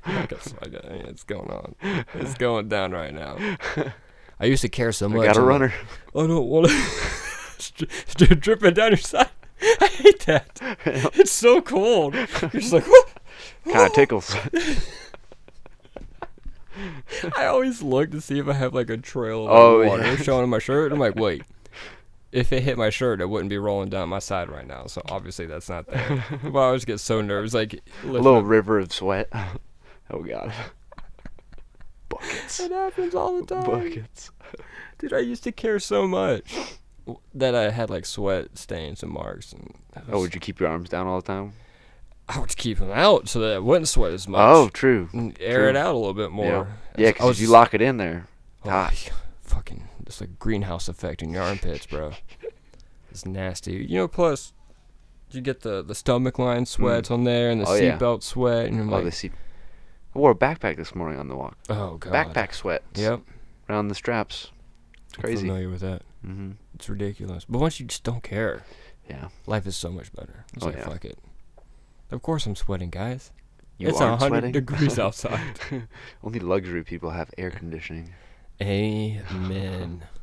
Speaker 1: I guess, I guess, it's going on. It's going down right now. I used to care so much.
Speaker 2: I got a
Speaker 1: I'm like, "Oh,
Speaker 2: runner.
Speaker 1: I don't want to dripping down your side. I hate that. It's so cold. You're just like, "Whoa."
Speaker 2: kind of tickles.
Speaker 1: I always look to see if I have like a trail of
Speaker 2: Oh,
Speaker 1: water
Speaker 2: yeah.
Speaker 1: showing on my shirt. I'm like, wait, if it hit my shirt, it wouldn't be rolling down my side right now. So obviously that's not there. but I always get so nervous, like
Speaker 2: a little river of sweat. Oh god. Buckets.
Speaker 1: It happens all the time,
Speaker 2: Buckets.
Speaker 1: dude. I used to care so much w- that I had like sweat stains and marks, and I
Speaker 2: Oh,
Speaker 1: was-
Speaker 2: would you keep your arms down all the time?
Speaker 1: I would keep them out so that I wouldn't sweat as much.
Speaker 2: Oh, true.
Speaker 1: and air it
Speaker 2: True.
Speaker 1: out a little bit more.
Speaker 2: Yeah,
Speaker 1: That's-
Speaker 2: yeah,
Speaker 1: I was
Speaker 2: because you
Speaker 1: just-
Speaker 2: lock it in there. Ah.
Speaker 1: oh,
Speaker 2: hot.
Speaker 1: yeah, fucking, it's like greenhouse effect in your armpits, bro. it's nasty. You know, plus you get the the stomach line sweats on there and the
Speaker 2: Hmm. Oh, yeah.
Speaker 1: seatbelt sweat, and I'm
Speaker 2: Oh,
Speaker 1: like,
Speaker 2: the seat. I wore a backpack this morning on the walk.
Speaker 1: oh god,
Speaker 2: Backpack sweat.
Speaker 1: Yep,
Speaker 2: Around the straps. It's
Speaker 1: crazy.
Speaker 2: crazy.
Speaker 1: Familiar with that?
Speaker 2: Mm-hmm.
Speaker 1: It's ridiculous. But once you just don't care,
Speaker 2: Yeah.
Speaker 1: life is so much better. It's
Speaker 2: Oh,
Speaker 1: like
Speaker 2: yeah.
Speaker 1: fuck it. Of course I'm sweating, guys.
Speaker 2: You
Speaker 1: it's
Speaker 2: aren't
Speaker 1: 100
Speaker 2: sweating?
Speaker 1: degrees outside.
Speaker 2: Only luxury people have air conditioning.
Speaker 1: Amen.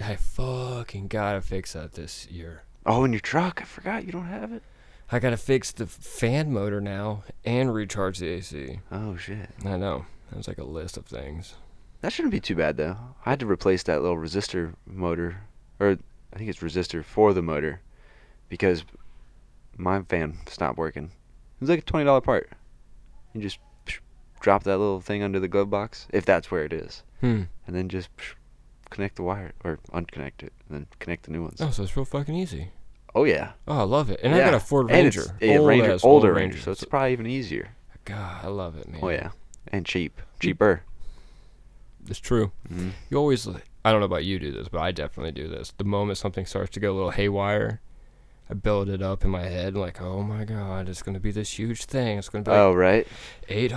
Speaker 1: I fucking gotta fix that this year.
Speaker 2: Oh, in your truck. I forgot you don't have it.
Speaker 1: I gotta fix the fan motor now and recharge the AC.
Speaker 2: Oh shit.
Speaker 1: I know. That was like a list of things.
Speaker 2: That shouldn't be too bad though. I had to replace that little resistor motor, or I think it's resistor for the motor, because my fan stopped working. It was like a twenty dollar part. You just psh, drop that little thing under the glove box, if that's where it is,
Speaker 1: Hmm.
Speaker 2: and then just psh, connect the wire or unconnect it, and then connect the new ones.
Speaker 1: Oh, so it's real fucking easy.
Speaker 2: Oh yeah,
Speaker 1: Oh, I love it. And I
Speaker 2: yeah.
Speaker 1: got a Ford
Speaker 2: And
Speaker 1: Ranger.
Speaker 2: it's- yeah,
Speaker 1: Old
Speaker 2: Ranger,
Speaker 1: ass
Speaker 2: older Ranger, so it's
Speaker 1: So-
Speaker 2: probably even easier.
Speaker 1: God, I love it, man.
Speaker 2: Oh yeah, and cheap, cheaper.
Speaker 1: It's true.
Speaker 2: Mhm.
Speaker 1: You always, like- I don't know about you do this, but I definitely do this. The moment something starts to go a little haywire, I build it up in my head like, oh my God, it's going to be this huge thing. It's going to be like
Speaker 2: Oh right,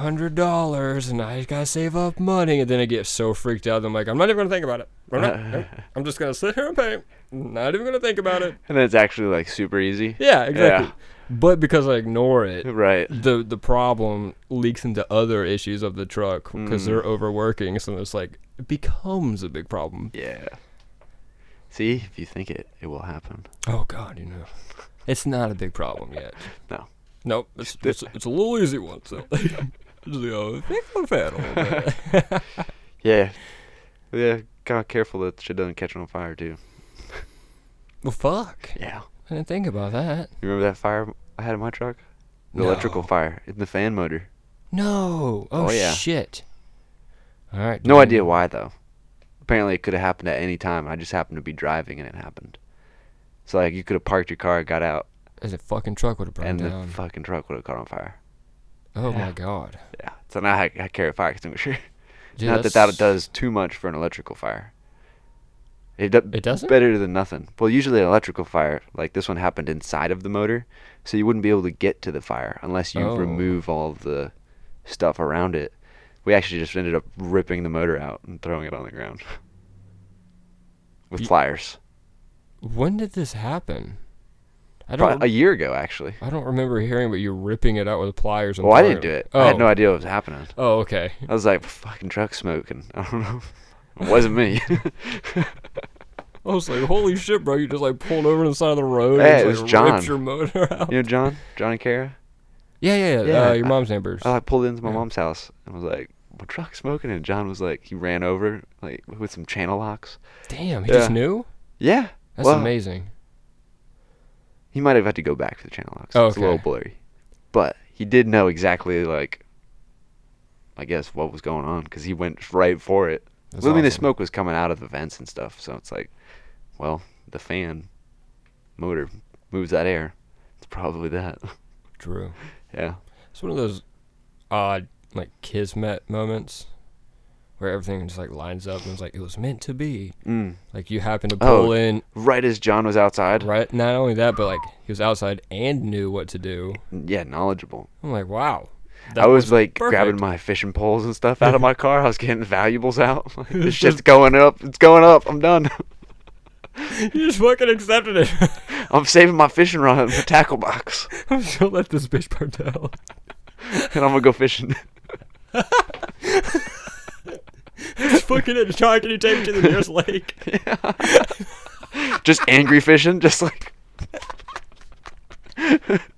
Speaker 1: $800 and I gotta save up money. And then I get so freaked out. I'm like, I'm not even gonna think about it. I'm, not, nope. I'm just gonna sit here and pay. Not even gonna think about it.
Speaker 2: and then it's actually like super easy.
Speaker 1: Yeah, exactly. But because I ignore it,
Speaker 2: Right.
Speaker 1: the the problem leaks into other issues of the truck because they're overworking. So it's like, it becomes a big problem.
Speaker 2: Yeah. See, if you think it, it will happen.
Speaker 1: Oh, God, you know. It's not a big problem yet.
Speaker 2: No.
Speaker 1: Nope. It's, it's, it's a little easy one. So. Just, you know, think about that a little bit.
Speaker 2: Yeah. Yeah, kind of careful that shit doesn't catch on fire too.
Speaker 1: Well, fuck.
Speaker 2: Yeah.
Speaker 1: I didn't think about that.
Speaker 2: You remember that fire I had in my truck? The
Speaker 1: No.
Speaker 2: electrical fire in the fan motor.
Speaker 1: No. Oh,
Speaker 2: Oh, yeah.
Speaker 1: shit. All right.
Speaker 2: No
Speaker 1: dude.
Speaker 2: idea why though. apparently it could have happened at any time. I just happened to be driving and it happened. So like you could have parked your car, got out,
Speaker 1: As a fucking truck would have burned
Speaker 2: and
Speaker 1: down.
Speaker 2: the fucking truck would have caught on fire.
Speaker 1: oh
Speaker 2: yeah.
Speaker 1: my god.
Speaker 2: Yeah. So now I, I carry a fire extinguisher.
Speaker 1: Dude,
Speaker 2: Not that
Speaker 1: that's-
Speaker 2: that does too much for an electrical fire. It, do-
Speaker 1: It doesn't?
Speaker 2: Better than nothing. Well, usually an electrical fire, like this one, happened inside of the motor, so you wouldn't be able to get to the fire unless you
Speaker 1: Oh.
Speaker 2: remove all of the stuff around it. We actually just ended up ripping the motor out and throwing it on the ground with
Speaker 1: Ye-
Speaker 2: pliers.
Speaker 1: When did this happen? I don't.
Speaker 2: Probably a year ago, actually.
Speaker 1: I don't remember hearing, but you ripping it out with pliers. And
Speaker 2: Well, I
Speaker 1: throwing
Speaker 2: didn't do it.
Speaker 1: Oh.
Speaker 2: I had no idea what was happening.
Speaker 1: Oh, okay.
Speaker 2: I was like, fucking truck smoking. I don't know. It wasn't me.
Speaker 1: I was like, "Holy shit, bro! You just like pulled over to the side of the road.
Speaker 2: Hey,
Speaker 1: and
Speaker 2: it
Speaker 1: just,
Speaker 2: was
Speaker 1: like,
Speaker 2: John.
Speaker 1: Ripped your motor out.
Speaker 2: you know John? John and Kara?
Speaker 1: Yeah, yeah, yeah.
Speaker 2: Yeah,
Speaker 1: uh, your
Speaker 2: I-
Speaker 1: mom's neighbors.
Speaker 2: I like, pulled into my
Speaker 1: Yeah.
Speaker 2: mom's house and was like, "My truck smoking," and John was like, he ran over like with some channel locks.
Speaker 1: Damn, he
Speaker 2: yeah.
Speaker 1: just knew.
Speaker 2: Yeah,
Speaker 1: That's
Speaker 2: Well,
Speaker 1: amazing.
Speaker 2: He might have had to go back for the channel locks. It's a
Speaker 1: Okay.
Speaker 2: little blurry, but he did know exactly like, I guess what was going on because he went right for it.
Speaker 1: That's
Speaker 2: Well, I mean, the
Speaker 1: awesome.
Speaker 2: smoke was coming out of the vents and stuff, so it's like, well, the fan motor moves that air. It's probably that.
Speaker 1: True.
Speaker 2: yeah.
Speaker 1: It's one of those odd, like kismet moments where everything just like lines up and it's like it was meant to be.
Speaker 2: Mm.
Speaker 1: Like you happen to
Speaker 2: Oh.
Speaker 1: pull in
Speaker 2: Right as John was outside.
Speaker 1: right. Not only that, but like he was outside and knew what to do.
Speaker 2: Yeah, knowledgeable.
Speaker 1: I'm like, wow.
Speaker 2: I was like grabbing
Speaker 1: perfect.
Speaker 2: my fishing poles and stuff out of my car. I was getting valuables out. Like, this shit's going up. It's going up. I'm done.
Speaker 1: You just fucking accepted it.
Speaker 2: I'm saving my fishing rod in the tackle box,
Speaker 1: I'm just gonna let this bitch burn down.
Speaker 2: and I'm gonna go fishing.
Speaker 1: Just fucking it. John, can you take me to the nearest lake?
Speaker 2: Just angry fishing. Just like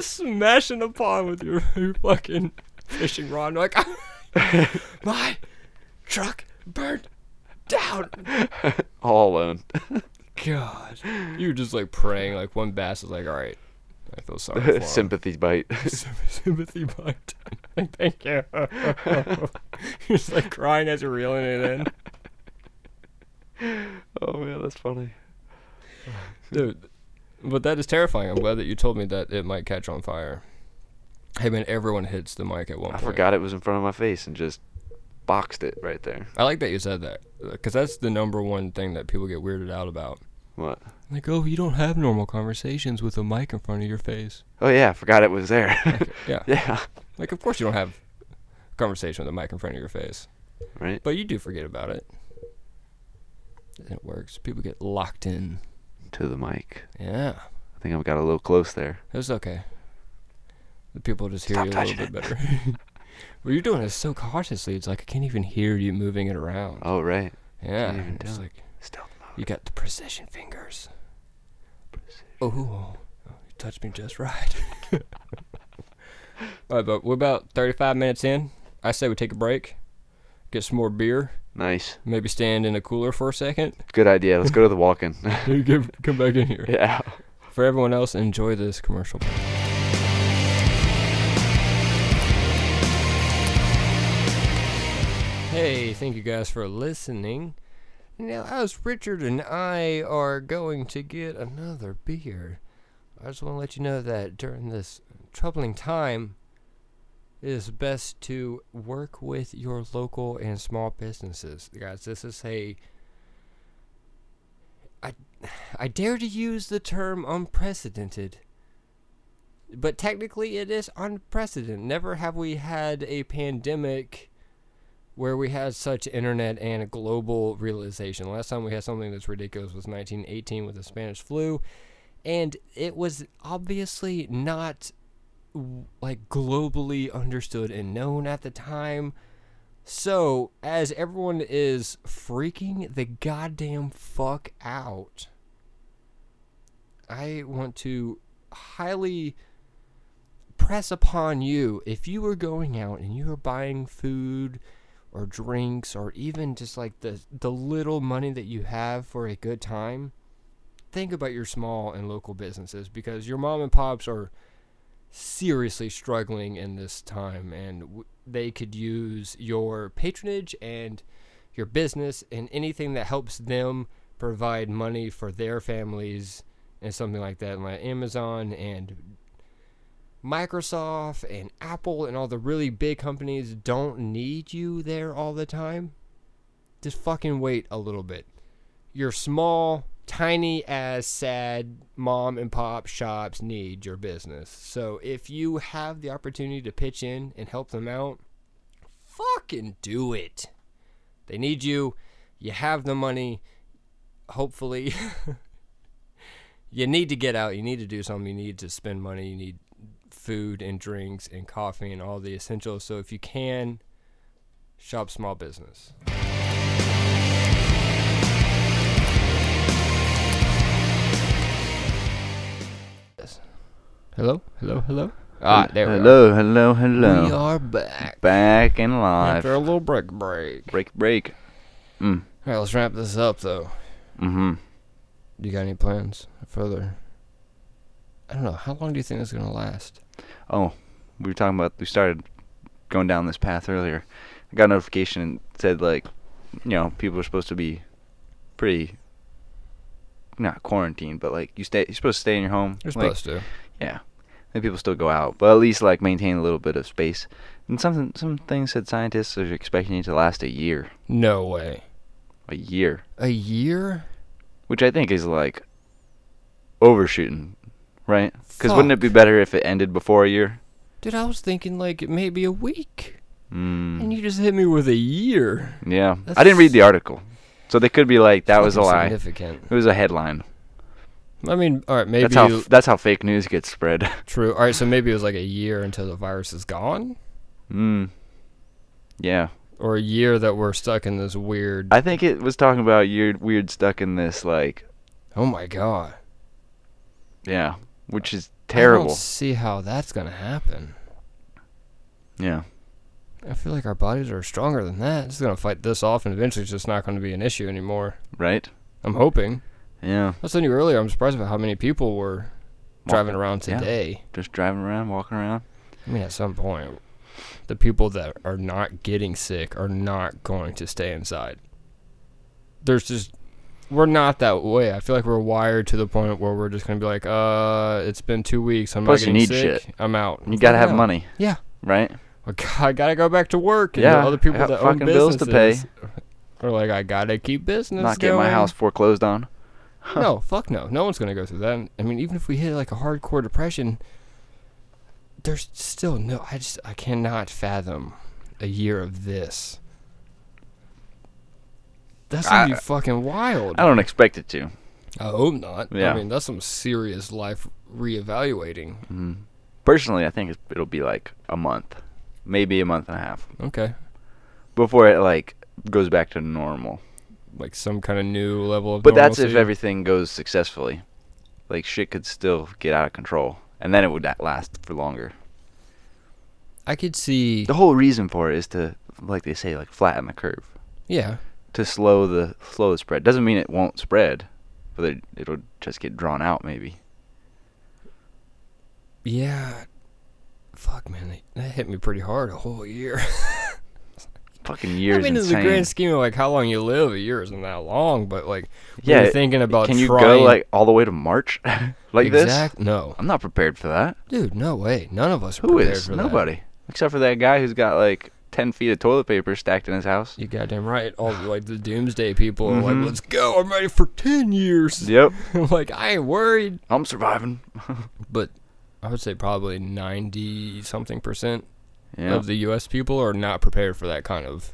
Speaker 1: Smashing the pond with your, your fucking fishing rod. Like, my truck burned down.
Speaker 2: all alone.
Speaker 1: God. You were just like praying. Like one bass is like, all right, I feel sorry for him.
Speaker 2: Sympathy bite.
Speaker 1: Symp- Sympathy bite. Like, Thank you. You're just like crying as you're reeling it in.
Speaker 2: oh man, that's funny.
Speaker 1: Dude, but that is terrifying. I'm glad that you told me that it might catch on fire. Hey man, everyone hits the mic at one
Speaker 2: I
Speaker 1: point.
Speaker 2: forgot it was in front of my face and just boxed it right there.
Speaker 1: I like that you said that because that's the number one thing that people get weirded out about.
Speaker 2: What?
Speaker 1: Like, oh, you don't have normal conversations with a mic in front of your face.
Speaker 2: Oh yeah, I forgot it was there.
Speaker 1: Yeah,
Speaker 2: yeah.
Speaker 1: like of course you don't have a conversation with a mic in front of your face,
Speaker 2: Right.
Speaker 1: but you do forget about it. And it works. People get locked in.
Speaker 2: To the mic.
Speaker 1: Yeah,
Speaker 2: I think I've got a little close there.
Speaker 1: it's okay. The people just hear
Speaker 2: Stop
Speaker 1: you a little
Speaker 2: touching
Speaker 1: bit better. well, you're doing it so cautiously. It's like I can't even hear you moving it around.
Speaker 2: Oh right.
Speaker 1: yeah,
Speaker 2: can't even
Speaker 1: it's
Speaker 2: tell.
Speaker 1: like
Speaker 2: Stealth mode.
Speaker 1: You got the precision fingers. Oh, you touched me just right. All right, but we're about 35 minutes in. I say we take a break, get some more beer,
Speaker 2: Nice.
Speaker 1: maybe stand in a cooler for a second.
Speaker 2: Good idea. Let's go to the walk-in.
Speaker 1: You can come back in here.
Speaker 2: yeah.
Speaker 1: For everyone else, enjoy this commercial. break. Hey, thank you guys for listening. Now, as Richard and I are going to get another beer, I just want to let you know that during this troubling time, it is best to work with your local and small businesses. Guys, this is a I dare to use the term unprecedented. But technically, it is unprecedented. Never have we had a pandemic where we had such internet and a global realization. Last time we had something that's ridiculous was 1918 with the Spanish flu, and it was obviously not w- like globally understood and known at the time. So, as everyone is freaking the goddamn fuck out, I want to highly press upon you if you are going out and you are buying food or drinks or even just like the the little money that you have for a good time think about your small and local businesses because your mom and pops are seriously struggling in this time and w- they could use your patronage and your business and anything that helps them provide money for their families and something like that. Like Amazon and Microsoft and Apple and all the really big companies don't need you there all the time. Just fucking wait a little bit. Your small, tiny ass, sad mom and pop shops need your business. So if you have the opportunity to pitch in and help them out, fucking do it. They need you. You have the money. Hopefully, you need to get out. You need to do something. You need to spend money. You need food and drinks and coffee and all the essentials. So if you can, shop small business. Hello, hello, hello. Ah, there we
Speaker 2: hello, hello,
Speaker 1: are.
Speaker 2: hello.
Speaker 1: We are back
Speaker 2: Back and live.
Speaker 1: after a little break. Break.
Speaker 2: break, break. Mm.
Speaker 1: All right, let's wrap this up though.
Speaker 2: Mm-hmm.
Speaker 1: Do you got any plans further? I don't know. How long do you think this is gonna last?
Speaker 2: Oh, we were talking about we started going down this path earlier. I got a notification and said like, you know, people are supposed to be pretty not quarantined, but like you stay you're supposed to stay in your home.
Speaker 1: You're
Speaker 2: like,
Speaker 1: supposed to.
Speaker 2: Yeah. And people still go out, but at least like maintain a little bit of space. And something some things said scientists are expecting it to last a year.
Speaker 1: No way.
Speaker 2: A year.
Speaker 1: A year?
Speaker 2: Which I think is like overshooting, right? Because wouldn't it be better if it ended before a year?
Speaker 1: Dude, I was thinking like maybe a week,
Speaker 2: Mm.
Speaker 1: and you just hit me with a year.
Speaker 2: Yeah, I
Speaker 1: That's-
Speaker 2: didn't read the article, so they could be like that was a
Speaker 1: Fucking
Speaker 2: lie.
Speaker 1: Significant.
Speaker 2: It was a headline.
Speaker 1: I mean, all right, maybe
Speaker 2: that's how that's how fake news gets spread.
Speaker 1: true. All right, so maybe it was like a year until the virus is gone,
Speaker 2: Mm. Yeah,
Speaker 1: or a year that we're stuck in this weird.
Speaker 2: I think it was talking about you're weird stuck in this like
Speaker 1: oh my god.
Speaker 2: yeah, which is
Speaker 1: I don't
Speaker 2: terrible.
Speaker 1: see how that's gonna happen.
Speaker 2: Yeah,
Speaker 1: I feel like our bodies are stronger than that. It's gonna fight this off, and eventually, it's just not gonna be an issue anymore.
Speaker 2: right.
Speaker 1: I'm hoping.
Speaker 2: Yeah,
Speaker 1: I was telling you earlier, I'm surprised about how many people were driving around
Speaker 2: yeah.
Speaker 1: today.
Speaker 2: just driving around, walking around.
Speaker 1: I mean, at some point, the people that are not getting sick are not going to stay inside. There's just, we're not that way. I feel like we're wired to the point where we're just going to be like, uh, it's been two weeks. I'm
Speaker 2: Plus you
Speaker 1: not getting
Speaker 2: need
Speaker 1: sick.
Speaker 2: shit.
Speaker 1: I'm out.
Speaker 2: You gotta have
Speaker 1: Yeah.
Speaker 2: money,
Speaker 1: Yeah.
Speaker 2: right?
Speaker 1: I got- I gotta go back to work. And
Speaker 2: Yeah,
Speaker 1: The other
Speaker 2: I
Speaker 1: people
Speaker 2: got
Speaker 1: that own
Speaker 2: fucking bills to pay.
Speaker 1: businesses are like, I gotta keep business.
Speaker 2: Not get my
Speaker 1: going."
Speaker 2: house foreclosed on.
Speaker 1: No, fuck no. No one's gonna go through that. I mean, even if we hit like a hardcore depression, there's still no. I just I cannot fathom a year of this. That's gonna
Speaker 2: I-
Speaker 1: be fucking wild.
Speaker 2: I
Speaker 1: I,
Speaker 2: don't expect it to.
Speaker 1: hope not.
Speaker 2: Yeah.
Speaker 1: I mean, that's some serious life reevaluating.
Speaker 2: Personally, I think it's- it'll be like a month, maybe a month and a half
Speaker 1: Okay,
Speaker 2: before it like goes back to normal.
Speaker 1: like some kind of new level of.
Speaker 2: But that's if
Speaker 1: normalcy.
Speaker 2: everything goes successfully. Like shit could still get out of control, and then it would at- last for longer.
Speaker 1: I could see.
Speaker 2: The whole reason for it is to, like they say, like flatten the curve
Speaker 1: Yeah,
Speaker 2: to slow the slow the spread. Doesn't mean it won't spread, but it, it'll just get drawn out maybe.
Speaker 1: yeah. Fuck man, that- that hit me pretty hard. A whole year.
Speaker 2: Fucking
Speaker 1: I
Speaker 2: years.
Speaker 1: mean, in
Speaker 2: insane.
Speaker 1: the grand scheme of like how long you live, a year isn't that long. But like,
Speaker 2: Yeah,
Speaker 1: yeah, you're thinking about
Speaker 2: Can you
Speaker 1: trying,
Speaker 2: go like all the way to March, like this?
Speaker 1: exact? No,
Speaker 2: I'm not prepared for that.
Speaker 1: dude, no way. None of us. Are
Speaker 2: Who
Speaker 1: prepared
Speaker 2: is?
Speaker 1: For
Speaker 2: Nobody, except for that guy who's got like ten feet of toilet paper stacked in his house.
Speaker 1: That. You goddamn right. All the, like the doomsday people are
Speaker 2: Mhm.
Speaker 1: like, let's go. I'm ready for ten years.
Speaker 2: Yep,
Speaker 1: like I ain't worried.
Speaker 2: I'm surviving.
Speaker 1: But I would say probably ninety something percent
Speaker 2: Yeah,
Speaker 1: of the U.S. people are not prepared for that kind of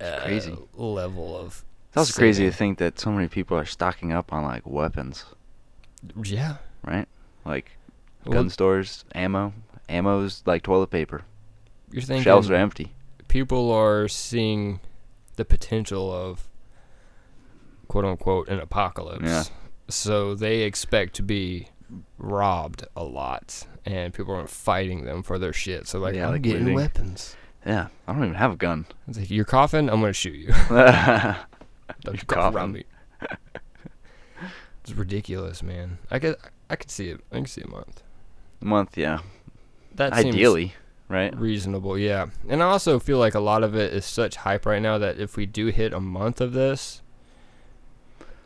Speaker 1: uh,
Speaker 2: crazy.
Speaker 1: level of.
Speaker 2: It's also crazy to
Speaker 1: saving.
Speaker 2: think that so many people are stocking up on like weapons,
Speaker 1: Yeah.
Speaker 2: right? Like gun
Speaker 1: Well,
Speaker 2: stores, ammo, ammo's like toilet paper.
Speaker 1: you're thinking
Speaker 2: Shelves are empty.
Speaker 1: people are seeing the potential of quote unquote an apocalypse.
Speaker 2: Yeah.
Speaker 1: So they expect to be robbed a lot and people aren't fighting them for their shit. So like
Speaker 2: Yeah,
Speaker 1: I'm
Speaker 2: like
Speaker 1: getting
Speaker 2: looting.
Speaker 1: weapons.
Speaker 2: Yeah, I don't even have a gun.
Speaker 1: It's like you're coughing, I'm gonna shoot you.
Speaker 2: yeah,
Speaker 1: Don't
Speaker 2: You're
Speaker 1: you cough around
Speaker 2: coughing.
Speaker 1: me. it's ridiculous, man. I could I could see it I can see a month.
Speaker 2: month. Yeah,
Speaker 1: That seems
Speaker 2: ideally, right?
Speaker 1: reasonable yeah and i also feel like a lot of it is such hype right now that if we do hit a month of this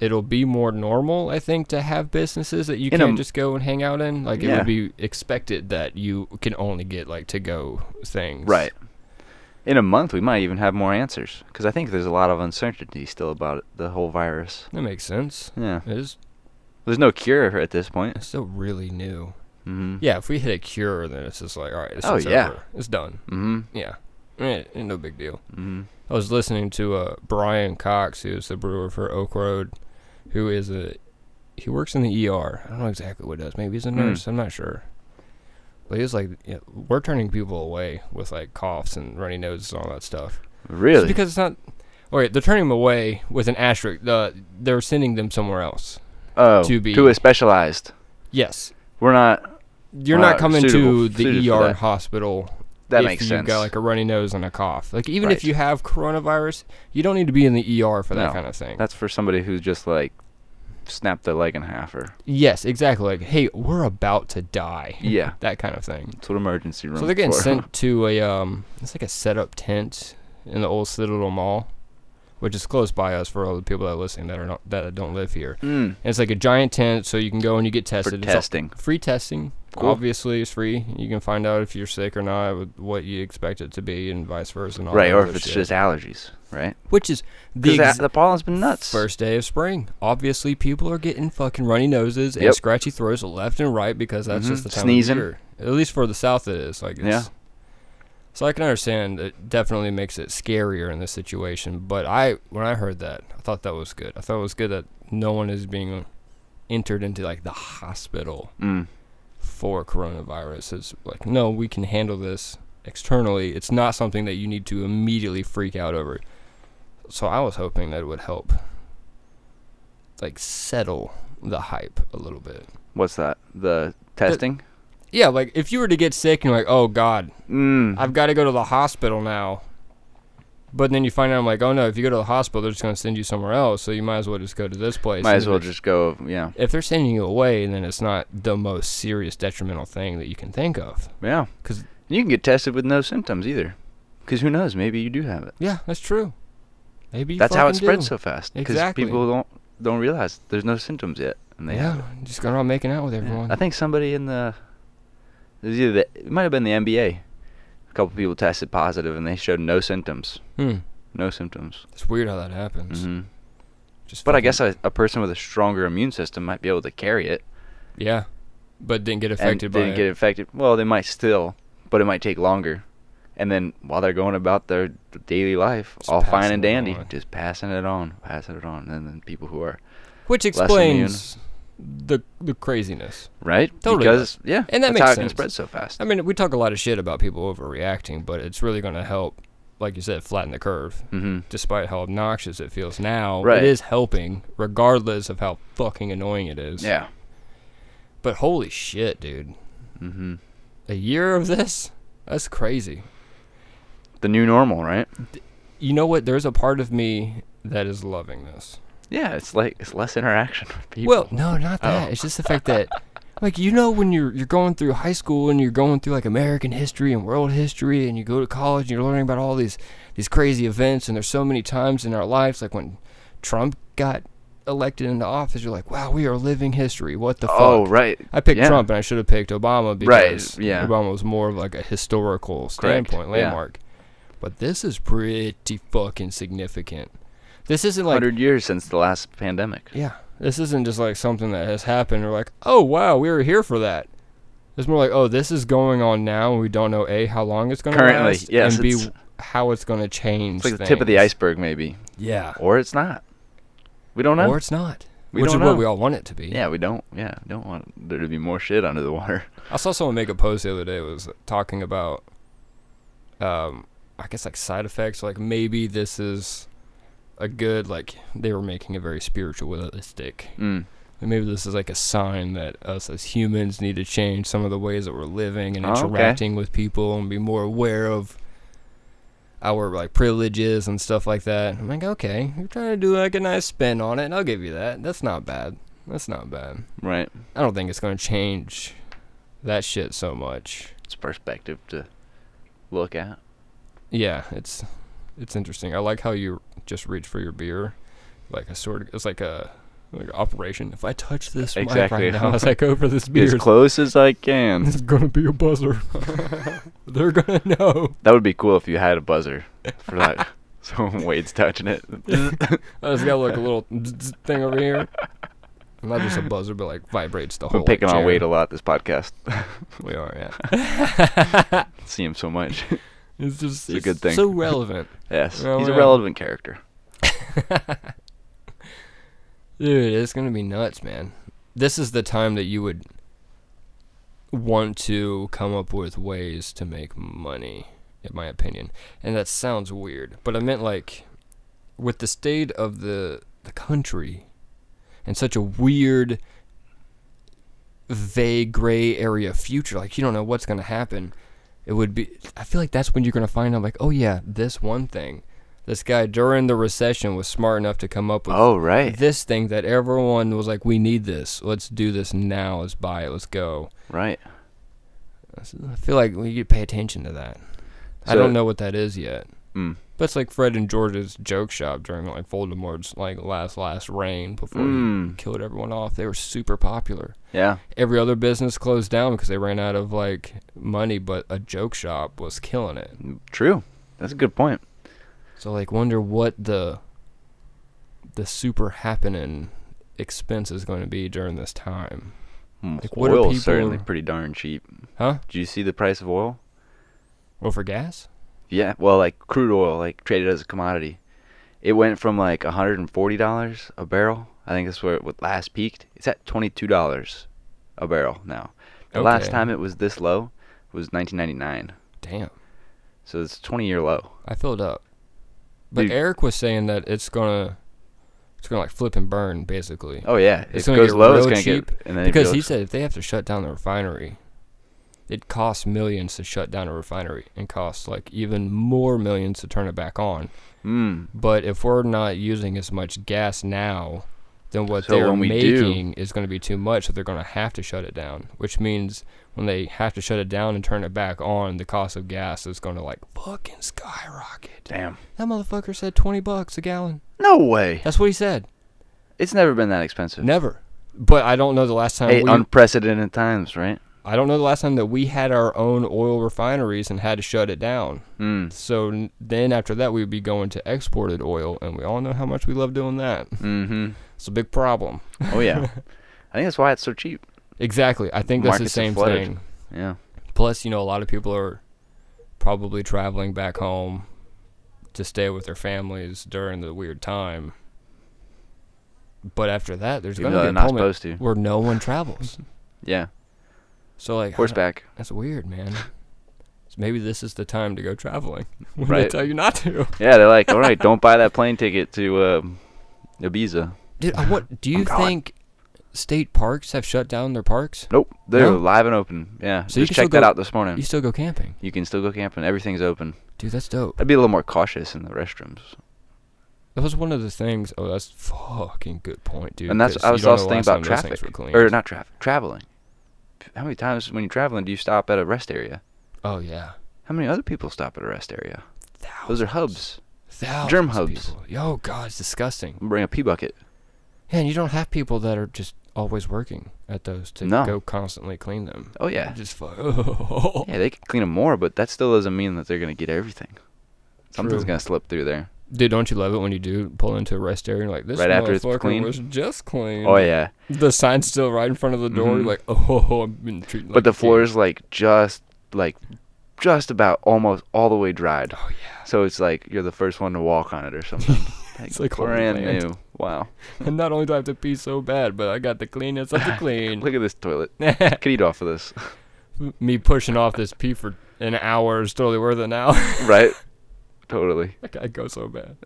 Speaker 1: it'll be more normal i think to have businesses that you
Speaker 2: In a
Speaker 1: can't
Speaker 2: m-
Speaker 1: just go and hang out in like it
Speaker 2: Yeah.
Speaker 1: would be expected that you can only get like to go things
Speaker 2: Right. In a month, we might even have more answers because I think there's a lot of uncertainty still about it, the whole virus.
Speaker 1: that makes sense
Speaker 2: Yeah,
Speaker 1: it is
Speaker 2: there's no cure at this point.
Speaker 1: it's still really new
Speaker 2: Mm-hmm.
Speaker 1: yeah if we hit a cure then it's just like all right this
Speaker 2: Oh,
Speaker 1: is
Speaker 2: yeah.
Speaker 1: over. it's done
Speaker 2: Mm-hmm.
Speaker 1: yeah Eh, no big deal
Speaker 2: Mm-hmm.
Speaker 1: I was listening to uh, Brian Cox, who's the brewer for Oak Road, who is a he works in the ER. I don't know exactly what he does. Maybe he's a
Speaker 2: Hmm.
Speaker 1: nurse. I'm not sure. But he was like, yeah, we're turning people away with like coughs and runny noses and all that stuff. Just
Speaker 2: Really?
Speaker 1: because it's not. All right, they're turning them away with an asterisk. Uh, they're sending them somewhere else.
Speaker 2: oh,
Speaker 1: to be-
Speaker 2: to a specialized.
Speaker 1: Yes,
Speaker 2: We're not.
Speaker 1: you're
Speaker 2: Wow,
Speaker 1: not coming
Speaker 2: Ah, suitable-
Speaker 1: to the
Speaker 2: suited for
Speaker 1: ER
Speaker 2: that.
Speaker 1: and hospital
Speaker 2: That
Speaker 1: if
Speaker 2: makes
Speaker 1: you
Speaker 2: sense.
Speaker 1: got like a runny nose and a cough. Like even if
Speaker 2: Right.
Speaker 1: you have coronavirus, you don't need to be in the ER for that
Speaker 2: No,
Speaker 1: kind of thing.
Speaker 2: That's for somebody who's just like snapped their leg in half or
Speaker 1: Yes, exactly. Like, hey, we're about to die.
Speaker 2: Yeah.
Speaker 1: that kind of thing.
Speaker 2: it's an emergency room.
Speaker 1: So they're getting
Speaker 2: for.
Speaker 1: sent to a um, it's like a setup tent in the old Citadel Mall, which is close by us for all the people that are listening that are not that don't live here.
Speaker 2: Mm,
Speaker 1: And it's like a giant tent, so you can go and you get
Speaker 2: for
Speaker 1: tested. It's all-
Speaker 2: testing.
Speaker 1: free testing.
Speaker 2: Cool.
Speaker 1: Obviously, it's free. You can find out if you're sick or not, with what you expect it to be, and vice versa. And all
Speaker 2: Right,
Speaker 1: that
Speaker 2: or
Speaker 1: other
Speaker 2: if it's
Speaker 1: shit.
Speaker 2: just allergies, right?
Speaker 1: which is the
Speaker 2: Because
Speaker 1: ex-
Speaker 2: the pollen's been nuts.
Speaker 1: First day of spring. Obviously, people are getting fucking runny noses and
Speaker 2: Yep.
Speaker 1: scratchy throats left and right because that's
Speaker 2: Mhm.
Speaker 1: just the time
Speaker 2: Sneezing.
Speaker 1: of year. At least for the South, it is. Like, it's,
Speaker 2: Yeah.
Speaker 1: So I can understand. It definitely makes it scarier in this situation. But I, when I heard that, I thought that was good. I thought it was good that no one is being entered into like the hospital
Speaker 2: Mm,
Speaker 1: for coronavirus. It's like, no, we can handle this externally. It's not something that you need to immediately freak out over. So I was hoping that it would help, like, settle the hype a little bit.
Speaker 2: what's that? The testing?
Speaker 1: Yeah, like, if you were to get sick and you're like, oh, God,
Speaker 2: mm,
Speaker 1: Mm-hmm. I've got to go to the hospital now. But then you find out, I'm like, oh, no, if you go to the hospital, they're just going to send you somewhere else. So you might as well just go to this place.
Speaker 2: might
Speaker 1: And
Speaker 2: as
Speaker 1: if
Speaker 2: well
Speaker 1: it's-
Speaker 2: just go. Yeah,
Speaker 1: If they're sending you away, then it's not the most serious detrimental thing that you can think of.
Speaker 2: yeah.
Speaker 1: 'Cause-
Speaker 2: you can get tested with no symptoms either. Because who knows? Maybe you do have it.
Speaker 1: Yeah, that's true. Maybe you
Speaker 2: That's how it
Speaker 1: fucking
Speaker 2: spreads
Speaker 1: do.
Speaker 2: so fast. Because
Speaker 1: Exactly.
Speaker 2: people don't don't realize there's no symptoms yet, and they have
Speaker 1: yeah, just going around making out with
Speaker 2: Yeah.
Speaker 1: everyone.
Speaker 2: I think somebody in the it was either the, it might have been the NBA. A couple people tested positive and they showed no symptoms.
Speaker 1: hmm.
Speaker 2: No symptoms.
Speaker 1: It's weird how that happens.
Speaker 2: hmm
Speaker 1: Just
Speaker 2: But I
Speaker 1: fucking-
Speaker 2: guess a, a person with a stronger immune system might be able to carry it
Speaker 1: yeah, but didn't get affected
Speaker 2: and
Speaker 1: by
Speaker 2: didn't
Speaker 1: it.
Speaker 2: get infected. Well, they might still, but it might take longer. And then while they're going about their daily life,
Speaker 1: Just
Speaker 2: all fine and
Speaker 1: passing it
Speaker 2: dandy,
Speaker 1: on.
Speaker 2: just passing it on, passing it on, and then people who are
Speaker 1: Which
Speaker 2: less immune.
Speaker 1: explains the the craziness.
Speaker 2: right
Speaker 1: Totally
Speaker 2: because yeah,
Speaker 1: And that
Speaker 2: that's
Speaker 1: makes
Speaker 2: how it can
Speaker 1: sense.
Speaker 2: spread so fast.
Speaker 1: I mean, we talk a lot of shit about people overreacting, but it's really going to help, like you said, flatten the curve.
Speaker 2: hmm
Speaker 1: Despite how obnoxious it feels now,
Speaker 2: Right.
Speaker 1: it is helping, regardless of how fucking annoying it is.
Speaker 2: Yeah.
Speaker 1: But holy shit, dude!
Speaker 2: hmm
Speaker 1: A year of this—that's crazy.
Speaker 2: The new normal, right?
Speaker 1: you know what? There's a part of me that is loving this.
Speaker 2: Yeah, it's like it's less interaction with people. Oh.
Speaker 1: Well, no, not that. It's just the fact that, like, you know, when you're you're going through high school and you're going through like American history and world history, and you go to college and you're learning about all these these crazy events, and there's so many times in our lives, like when Trump got elected into office, you're like, wow, we are living history. What the
Speaker 2: oh
Speaker 1: fuck?
Speaker 2: right,
Speaker 1: I picked
Speaker 2: yeah.
Speaker 1: Trump and I should have picked Obama
Speaker 2: Right,
Speaker 1: because
Speaker 2: yeah.
Speaker 1: Obama was more of like a historical
Speaker 2: Correct,
Speaker 1: standpoint,
Speaker 2: yeah.
Speaker 1: landmark. But this is pretty fucking significant. This isn't like
Speaker 2: hundred years since the last pandemic.
Speaker 1: yeah, this isn't just like something that has happened. We're like, oh wow, we were here for that. It's more like, oh, this is going on now, and we don't know a how long it's going to
Speaker 2: Currently,
Speaker 1: last,
Speaker 2: yes,
Speaker 1: and b
Speaker 2: it's-
Speaker 1: how it's going to change.
Speaker 2: It's like the tip of the
Speaker 1: things.
Speaker 2: iceberg, maybe,
Speaker 1: Yeah,
Speaker 2: or it's not. We don't know.
Speaker 1: or it's not,
Speaker 2: We
Speaker 1: which
Speaker 2: don't
Speaker 1: is
Speaker 2: know.
Speaker 1: what we all want it to be.
Speaker 2: yeah, we don't. Yeah, we don't want there to be more shit under the water.
Speaker 1: I saw someone make a post the other day that was talking about, um, I guess like side effects. Like maybe this is a good like they were making it very spiritualistic.
Speaker 2: Mm.
Speaker 1: And maybe this is like a sign that us as humans need to change some of the ways that we're living and
Speaker 2: Oh, okay.
Speaker 1: interacting with people and be more aware of our like privileges and stuff like that. I'm like, okay, you're trying to do like a nice spin on it, and I'll give you that. That's not bad. That's not bad.
Speaker 2: Right.
Speaker 1: I don't think it's gonna change that shit so much.
Speaker 2: It's perspective to look at.
Speaker 1: Yeah, it's it's interesting. I like how you just reach for your beer, like a sort of it's like a like an operation. If I touch this
Speaker 2: Exactly.
Speaker 1: mic right now as I go for this
Speaker 2: Be as
Speaker 1: beer,
Speaker 2: close as I can.
Speaker 1: it's gonna be a buzzer. They're gonna know.
Speaker 2: That would be cool if you had a buzzer for that. so when Wade's touching it.
Speaker 1: I just Oh, got like a little thing over here. Not just a buzzer, but like vibrates the whole.
Speaker 2: We're picking
Speaker 1: like,
Speaker 2: on
Speaker 1: chair.
Speaker 2: Wade a lot this podcast.
Speaker 1: We are, yeah.
Speaker 2: See him so much.
Speaker 1: It's just
Speaker 2: It's a good thing.
Speaker 1: so relevant.
Speaker 2: yes,
Speaker 1: Well,
Speaker 2: he's a
Speaker 1: yeah.
Speaker 2: relevant character.
Speaker 1: Dude, it's gonna be nuts, man. This is the time that you would want to come up with ways to make money, in my opinion. And that sounds weird, but I meant like with the state of the the country and such a weird vague gray area future, like you don't know what's gonna happen. It would be I feel like that's when you're gonna find out like, oh yeah, this one thing. This guy during the recession was smart enough to come up with
Speaker 2: Oh right,
Speaker 1: this thing that everyone was like, "We need this. Let's do this now. Let's buy it. Let's go."
Speaker 2: right.
Speaker 1: I feel like we need to pay attention to that. I
Speaker 2: So-
Speaker 1: don't know what that is yet.
Speaker 2: Mm.
Speaker 1: But it's like Fred and George's joke shop during like Voldemort's like last last reign before he
Speaker 2: Mm.
Speaker 1: killed everyone off. They were super popular.
Speaker 2: Yeah,
Speaker 1: Every other business closed down because they ran out of like money, but a joke shop was killing it.
Speaker 2: true. That's a good point.
Speaker 1: So like, wonder what the the super happening expense is going to be during this time.
Speaker 2: Mm,
Speaker 1: Like, what are
Speaker 2: Oil's
Speaker 1: people-
Speaker 2: certainly pretty darn cheap.
Speaker 1: Huh?
Speaker 2: Do you see the price of oil?
Speaker 1: Well, for gas?
Speaker 2: Yeah, well, like crude oil, like traded as a commodity, it went from like $140 a barrel. I think that's where it wa- last peaked. It's at $22 a barrel now. The last
Speaker 1: Okay.
Speaker 2: time it was this low was 1999,
Speaker 1: Damn.
Speaker 2: so it's a 20-year low.
Speaker 1: I filled up. But
Speaker 2: Dude.
Speaker 1: Eric was saying that it's gonna, it's gonna like flip and burn basically.
Speaker 2: Oh yeah,
Speaker 1: It's
Speaker 2: it
Speaker 1: gonna
Speaker 2: goes
Speaker 1: get
Speaker 2: low, it's
Speaker 1: real
Speaker 2: gonna
Speaker 1: cheap
Speaker 2: get and then
Speaker 1: because
Speaker 2: it
Speaker 1: he
Speaker 2: goes,
Speaker 1: said if they have to shut down the refinery, it costs millions to shut down a refinery and costs like even more millions to turn it back on.
Speaker 2: mm,
Speaker 1: But if we're not using as much gas now, then what
Speaker 2: So
Speaker 1: they're
Speaker 2: when we do-
Speaker 1: making is going to be too much, so they're going to have to shut it down. Which means when they have to shut it down and turn it back on, the cost of gas is going to like fucking skyrocket.
Speaker 2: damn,
Speaker 1: That motherfucker said 20 bucks a gallon.
Speaker 2: no way.
Speaker 1: That's what he said.
Speaker 2: It's never been that expensive.
Speaker 1: Never. But I don't know the last time
Speaker 2: Hey,
Speaker 1: we
Speaker 2: unprecedented times, right?
Speaker 1: I don't know the last time that we had our own oil refineries and had to shut it down.
Speaker 2: Mm,
Speaker 1: So n- then after that we would be going to exported oil and we all know how much we love doing that.
Speaker 2: mm-hmm.
Speaker 1: It's a big problem.
Speaker 2: Oh yeah, I think that's why it's so cheap.
Speaker 1: Exactly. I think that's the
Speaker 2: Markets are
Speaker 1: same
Speaker 2: flooded.
Speaker 1: thing.
Speaker 2: Yeah,
Speaker 1: Plus, you know, a lot of people are probably traveling back home to stay with their families during the weird time. But after that, there's
Speaker 2: Even
Speaker 1: going
Speaker 2: though
Speaker 1: to be
Speaker 2: they're
Speaker 1: a
Speaker 2: not
Speaker 1: moment
Speaker 2: supposed to.
Speaker 1: where no one travels.
Speaker 2: Yeah,
Speaker 1: So like I don't-
Speaker 2: horseback.
Speaker 1: That's weird, man. So maybe this is the time to go traveling when they
Speaker 2: Right.
Speaker 1: tell you not to.
Speaker 2: Yeah, they're like, all right, don't buy that plane ticket to um, Ibiza.
Speaker 1: Dude, I want, do you
Speaker 2: I'm going.
Speaker 1: think state parks have shut down their parks?
Speaker 2: Nope, they're
Speaker 1: No?
Speaker 2: live and open. Yeah,
Speaker 1: So you can
Speaker 2: just
Speaker 1: still
Speaker 2: check that
Speaker 1: go-
Speaker 2: out this morning.
Speaker 1: You
Speaker 2: You,
Speaker 1: still go camping,
Speaker 2: can still go camping. Everything's open.
Speaker 1: dude. That's dope.
Speaker 2: I'd be a little more cautious in the restrooms.
Speaker 1: That was one of the things. Oh, that's fucking good point, dude.
Speaker 2: and that's
Speaker 1: 'cause
Speaker 2: I
Speaker 1: you
Speaker 2: was
Speaker 1: don't know
Speaker 2: also
Speaker 1: the
Speaker 2: thinking
Speaker 1: last time
Speaker 2: about
Speaker 1: those things
Speaker 2: traffic
Speaker 1: were cleaned.
Speaker 2: or not traffic, traveling. How many times when you're traveling do you stop at a rest area?
Speaker 1: Oh yeah,
Speaker 2: How many other people stop at a rest area?
Speaker 1: thousands,
Speaker 2: Those are hubs.
Speaker 1: thousands
Speaker 2: germ
Speaker 1: of
Speaker 2: hubs.
Speaker 1: people. Yo, God, it's disgusting.
Speaker 2: Bring a pee bucket.
Speaker 1: Yeah, and you don't have people that are just always working at those to
Speaker 2: No.
Speaker 1: go constantly clean them.
Speaker 2: Oh yeah,
Speaker 1: Just fuck.
Speaker 2: yeah. They could clean them more, but that still doesn't mean that they're gonna get everything. Something's
Speaker 1: True.
Speaker 2: gonna slip through there.
Speaker 1: Dude, don't you love it when you do pull into a rest area and you're like this
Speaker 2: Right after it's
Speaker 1: motherfucker
Speaker 2: clean?
Speaker 1: was just clean.
Speaker 2: Oh yeah,
Speaker 1: The sign's still right in front of the door.
Speaker 2: Mhm.
Speaker 1: You're like, oh, I've been treated.
Speaker 2: but the floor is like just like just about almost all the way dried.
Speaker 1: Oh yeah.
Speaker 2: So it's like you're the first one to walk on it or something.
Speaker 1: It's like holy
Speaker 2: brand
Speaker 1: land.
Speaker 2: new. Wow.
Speaker 1: And not only do I have to pee so bad, but I got the cleanest of the clean.
Speaker 2: Look at this toilet. Could eat off of this,
Speaker 1: Me pushing off this pee for an hour is totally worth it now.
Speaker 2: right? Totally,
Speaker 1: Like, I go so bad.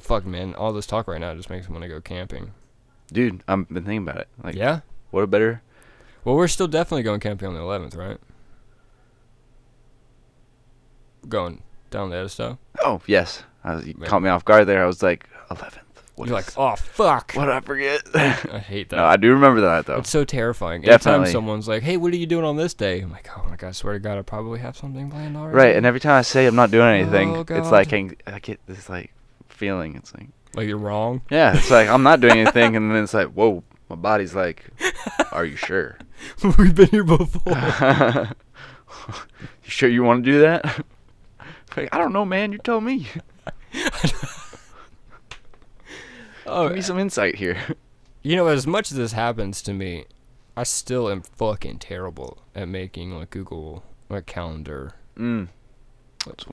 Speaker 1: Fuck man, all this talk right now just makes me want to go camping.
Speaker 2: dude. I've been thinking about it. Like,
Speaker 1: yeah.
Speaker 2: what a better
Speaker 1: Well, we're still definitely going camping on the 11th, right? Going down the Edisto.
Speaker 2: Oh yes, I was, you
Speaker 1: Right.
Speaker 2: oh, caught me off guard there. I was like, eleventh. What
Speaker 1: You're
Speaker 2: is-
Speaker 1: like, oh fuck.
Speaker 2: what did I forget?
Speaker 1: I hate that.
Speaker 2: no, I do remember that though.
Speaker 1: It's so terrifying. Anytime
Speaker 2: Definitely.
Speaker 1: someone's like, "Hey, what are you doing on this day?" I'm like, "Oh my god, I swear to God, I probably have something planned already."
Speaker 2: Right, and every time I say I'm not doing anything,
Speaker 1: Oh,
Speaker 2: it's
Speaker 1: God.
Speaker 2: like I, I get this like feeling. It's like
Speaker 1: like you're wrong.
Speaker 2: yeah, it's like I'm not doing anything, and then it's like whoa, my body's like, are you sure?
Speaker 1: We've been here before.
Speaker 2: you sure you want to do that? like I don't know, man. You tell me. Give
Speaker 1: oh,
Speaker 2: me some insight here.
Speaker 1: you know, as much as this happens to me, I still am fucking terrible at making like Google like calendar.
Speaker 2: Mm.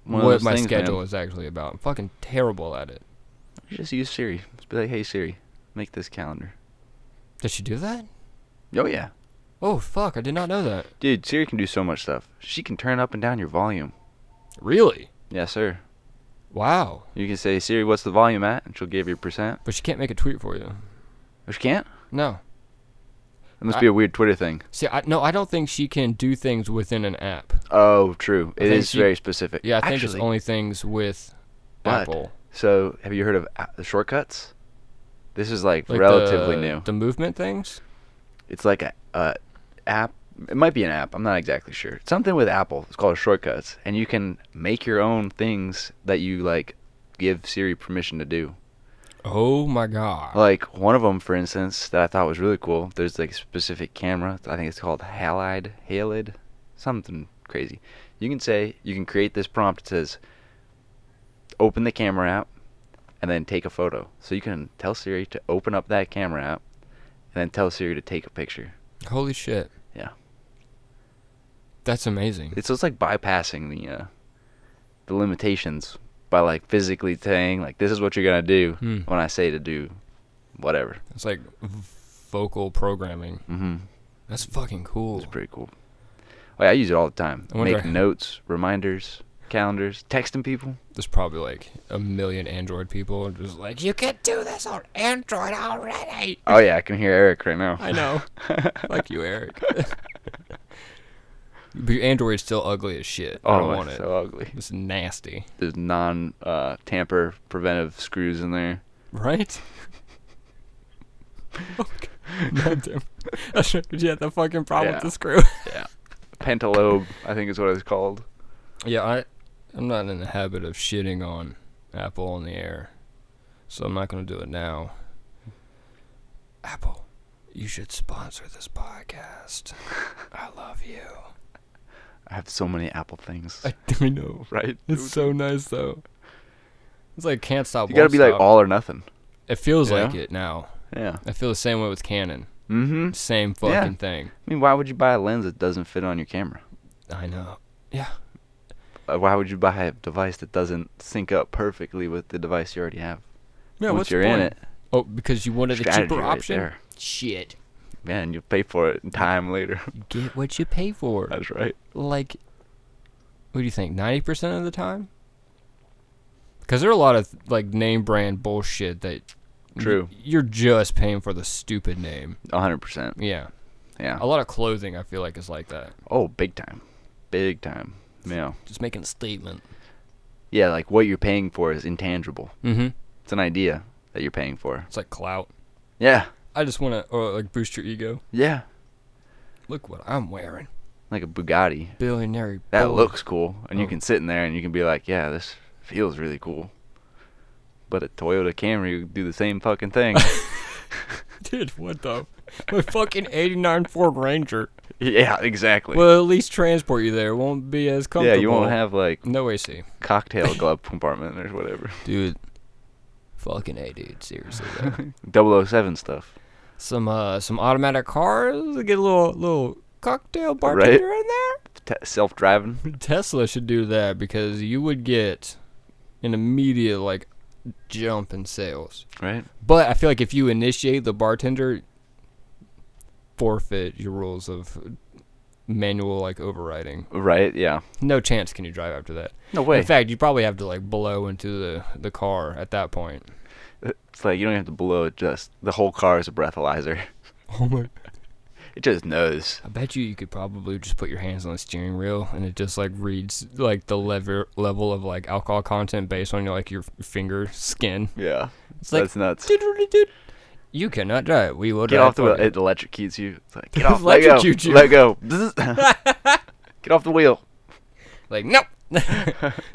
Speaker 2: One
Speaker 1: what
Speaker 2: of those
Speaker 1: my
Speaker 2: things,
Speaker 1: schedule
Speaker 2: man.
Speaker 1: is actually about. I'm fucking terrible at it.
Speaker 2: You Just use Siri. Just be like, hey Siri, make this calendar.
Speaker 1: Did she do that?
Speaker 2: Oh yeah,
Speaker 1: Oh fuck, I did not know that.
Speaker 2: dude. Siri can do so much stuff. She can turn up and down your volume.
Speaker 1: Really?
Speaker 2: Yes, sir.
Speaker 1: Wow.
Speaker 2: You can say Siri, what's the volume at, and she'll give you a percent.
Speaker 1: But she can't make a tweet for you.
Speaker 2: But she can't.
Speaker 1: No.
Speaker 2: It must
Speaker 1: I-
Speaker 2: be a weird Twitter thing.
Speaker 1: See, I, no, I don't think she can do things within an app.
Speaker 2: Oh, true. It
Speaker 1: think
Speaker 2: is
Speaker 1: she-
Speaker 2: very specific.
Speaker 1: Yeah, I think
Speaker 2: Actually,
Speaker 1: it's only things with
Speaker 2: but-
Speaker 1: Apple.
Speaker 2: So, have you heard of a- the shortcuts? This is like,
Speaker 1: Like uh,
Speaker 2: relatively
Speaker 1: the-
Speaker 2: new.
Speaker 1: The movement things?
Speaker 2: It's like a, a app. It might be an app. I'm not exactly sure. It's something with Apple. It's called shortcuts, and you can make your own things that you like give Siri permission to do.
Speaker 1: Oh my god.
Speaker 2: Like one of them, for instance, that I thought was really cool. There's like a specific camera. I think it's called Halide, Halid, something crazy. You can say you can create this prompt. It says, open the camera app, and then take a photo. So you can tell Siri to open up that camera app, and then tell Siri to take a picture.
Speaker 1: Holy shit.
Speaker 2: Yeah.
Speaker 1: That's amazing.
Speaker 2: It's just like bypassing the uh, the limitations by like physically saying like this is what you're gonna do
Speaker 1: Hmm.
Speaker 2: when I say to do whatever.
Speaker 1: It's like v- vocal programming.
Speaker 2: Mm-hmm.
Speaker 1: That's fucking cool.
Speaker 2: It's pretty cool. Oh, yeah, I use it all the time.
Speaker 1: I wonder-
Speaker 2: Make notes, reminders, calendars, texting people.
Speaker 1: There's probably like a million Android people and just like, you can do this on Android already.
Speaker 2: Oh yeah, I can hear Eric right now.
Speaker 1: I know. Fuck you, Eric. but your Android's still ugly as shit. I
Speaker 2: Oh,
Speaker 1: don't
Speaker 2: it's
Speaker 1: want it.
Speaker 2: so ugly.
Speaker 1: It's nasty.
Speaker 2: There's non uh, tamper preventive screws in there.
Speaker 1: Right? God damn. That's right, 'cause you had the fucking problem with
Speaker 2: Yeah.
Speaker 1: the screw.
Speaker 2: Pentalobe, I think is what it's called.
Speaker 1: yeah, I, I'm not in the habit of shitting on Apple on the air, so I'm not going to do it now. Apple, you should sponsor this podcast. I love you.
Speaker 2: I have so many Apple things.
Speaker 1: I, I know.
Speaker 2: right?
Speaker 1: It's so nice, though. It's like can't stop.
Speaker 2: you gotta
Speaker 1: won't
Speaker 2: be like
Speaker 1: stop.
Speaker 2: all or nothing.
Speaker 1: It feels
Speaker 2: Yeah.
Speaker 1: like it now.
Speaker 2: Yeah.
Speaker 1: I feel the same way with Canon.
Speaker 2: Mm-hmm.
Speaker 1: Same fucking
Speaker 2: Yeah.
Speaker 1: thing.
Speaker 2: I mean, why would you buy a lens that doesn't fit on your camera?
Speaker 1: I know. Yeah.
Speaker 2: Uh, why would you buy a device that doesn't sync up perfectly with the device you already have?
Speaker 1: Yeah.
Speaker 2: Once
Speaker 1: what's the
Speaker 2: you're in
Speaker 1: point?
Speaker 2: it,
Speaker 1: Oh, because you wanted a
Speaker 2: strategy
Speaker 1: cheaper
Speaker 2: right
Speaker 1: option?
Speaker 2: there.
Speaker 1: Shit.
Speaker 2: Man, you pay for it in time later.
Speaker 1: Get what you pay for.
Speaker 2: That's right.
Speaker 1: Like, what do you think? 90% of the time? Because there are a lot of, like, name brand bullshit that. y-
Speaker 2: True.
Speaker 1: You're just paying for the stupid name.
Speaker 2: 100%.
Speaker 1: Yeah.
Speaker 2: Yeah.
Speaker 1: A lot of clothing, I feel like, is like that.
Speaker 2: Oh, big time. Big time. Yeah.
Speaker 1: Just making a statement.
Speaker 2: Yeah, like what you're paying for is intangible.
Speaker 1: Mm hmm.
Speaker 2: It's an idea that you're paying for.
Speaker 1: It's like clout.
Speaker 2: Yeah.
Speaker 1: I just want to, or, like, boost your ego.
Speaker 2: Yeah.
Speaker 1: Look what I'm wearing.
Speaker 2: Like a Bugatti.
Speaker 1: Billionaire.
Speaker 2: That
Speaker 1: boy.
Speaker 2: looks cool. And you
Speaker 1: Oh.
Speaker 2: can sit in there and you can be like, yeah, this feels really cool. But a Toyota Camry you do the same fucking thing.
Speaker 1: Dude, what the? My fucking 89 Ford Ranger.
Speaker 2: yeah, exactly.
Speaker 1: Well, at least transport you there. It won't be as
Speaker 2: yeah,
Speaker 1: comfortable.
Speaker 2: you won't have like
Speaker 1: no AC.
Speaker 2: cocktail glove compartment or whatever.
Speaker 1: Dude, fucking a dude. Seriously, though.
Speaker 2: 007 stuff.
Speaker 1: some uh, some automatic cars. Get a little little cocktail bartender in
Speaker 2: T- Self driving.
Speaker 1: there. Tesla should do that because you would get an immediate like jump in sales.
Speaker 2: Right.
Speaker 1: But I feel like if you initiate the bartender, forfeit your rules of manual like overriding.
Speaker 2: Right. Yeah.
Speaker 1: No chance can you drive after that.
Speaker 2: No way.
Speaker 1: In fact, you probably have to like blow into the the car at that point.
Speaker 2: It's like you don't have to blow it. Just the whole car is a breathalyzer.
Speaker 1: Oh my!
Speaker 2: It just knows.
Speaker 1: I bet you you could probably just put your hands on the steering wheel and it just like reads like the lever level of like alcohol content based on your like your finger skin.
Speaker 2: Yeah.
Speaker 1: It's like
Speaker 2: That's nuts.
Speaker 1: you cannot drive. We will
Speaker 2: Get
Speaker 1: drive
Speaker 2: off the wheel.
Speaker 1: for you."
Speaker 2: It electrocutes you. It's like, get off, let go.
Speaker 1: Electrocute you.
Speaker 2: Let go. Bzzz. get off the wheel.
Speaker 1: Like nope.
Speaker 2: Let,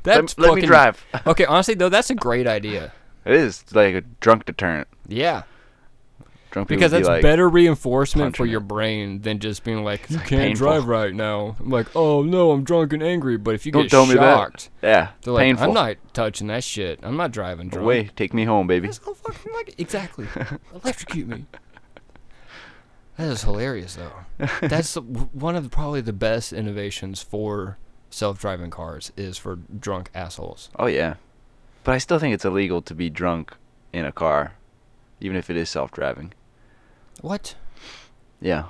Speaker 1: that's
Speaker 2: let me
Speaker 1: fucking-
Speaker 2: drive.
Speaker 1: okay, honestly though, that's a great idea.
Speaker 2: It is it's like a drunk deterrent.
Speaker 1: Yeah,
Speaker 2: Drunk people
Speaker 1: because
Speaker 2: would be
Speaker 1: that's
Speaker 2: like,
Speaker 1: better reinforcement for
Speaker 2: punching
Speaker 1: your
Speaker 2: it.
Speaker 1: brain than just being like, "You
Speaker 2: like
Speaker 1: can't
Speaker 2: painful.
Speaker 1: drive right now." I'm like, "Oh no, I'm drunk and angry." But if you
Speaker 2: Don't
Speaker 1: get
Speaker 2: tell me that.
Speaker 1: shocked,
Speaker 2: Yeah,
Speaker 1: they're like,
Speaker 2: painful.
Speaker 1: "I'm not touching that shit. I'm not driving drunk."
Speaker 2: Away, take me home, baby.
Speaker 1: That's so fucking like exactly. Electrocute me. That is hilarious though. That's the- w- one of the, probably the best innovations for self-driving cars is for drunk assholes.
Speaker 2: Oh yeah, but I still think it's illegal to be drunk in a car, even if it is self-driving.
Speaker 1: What?
Speaker 2: Yeah,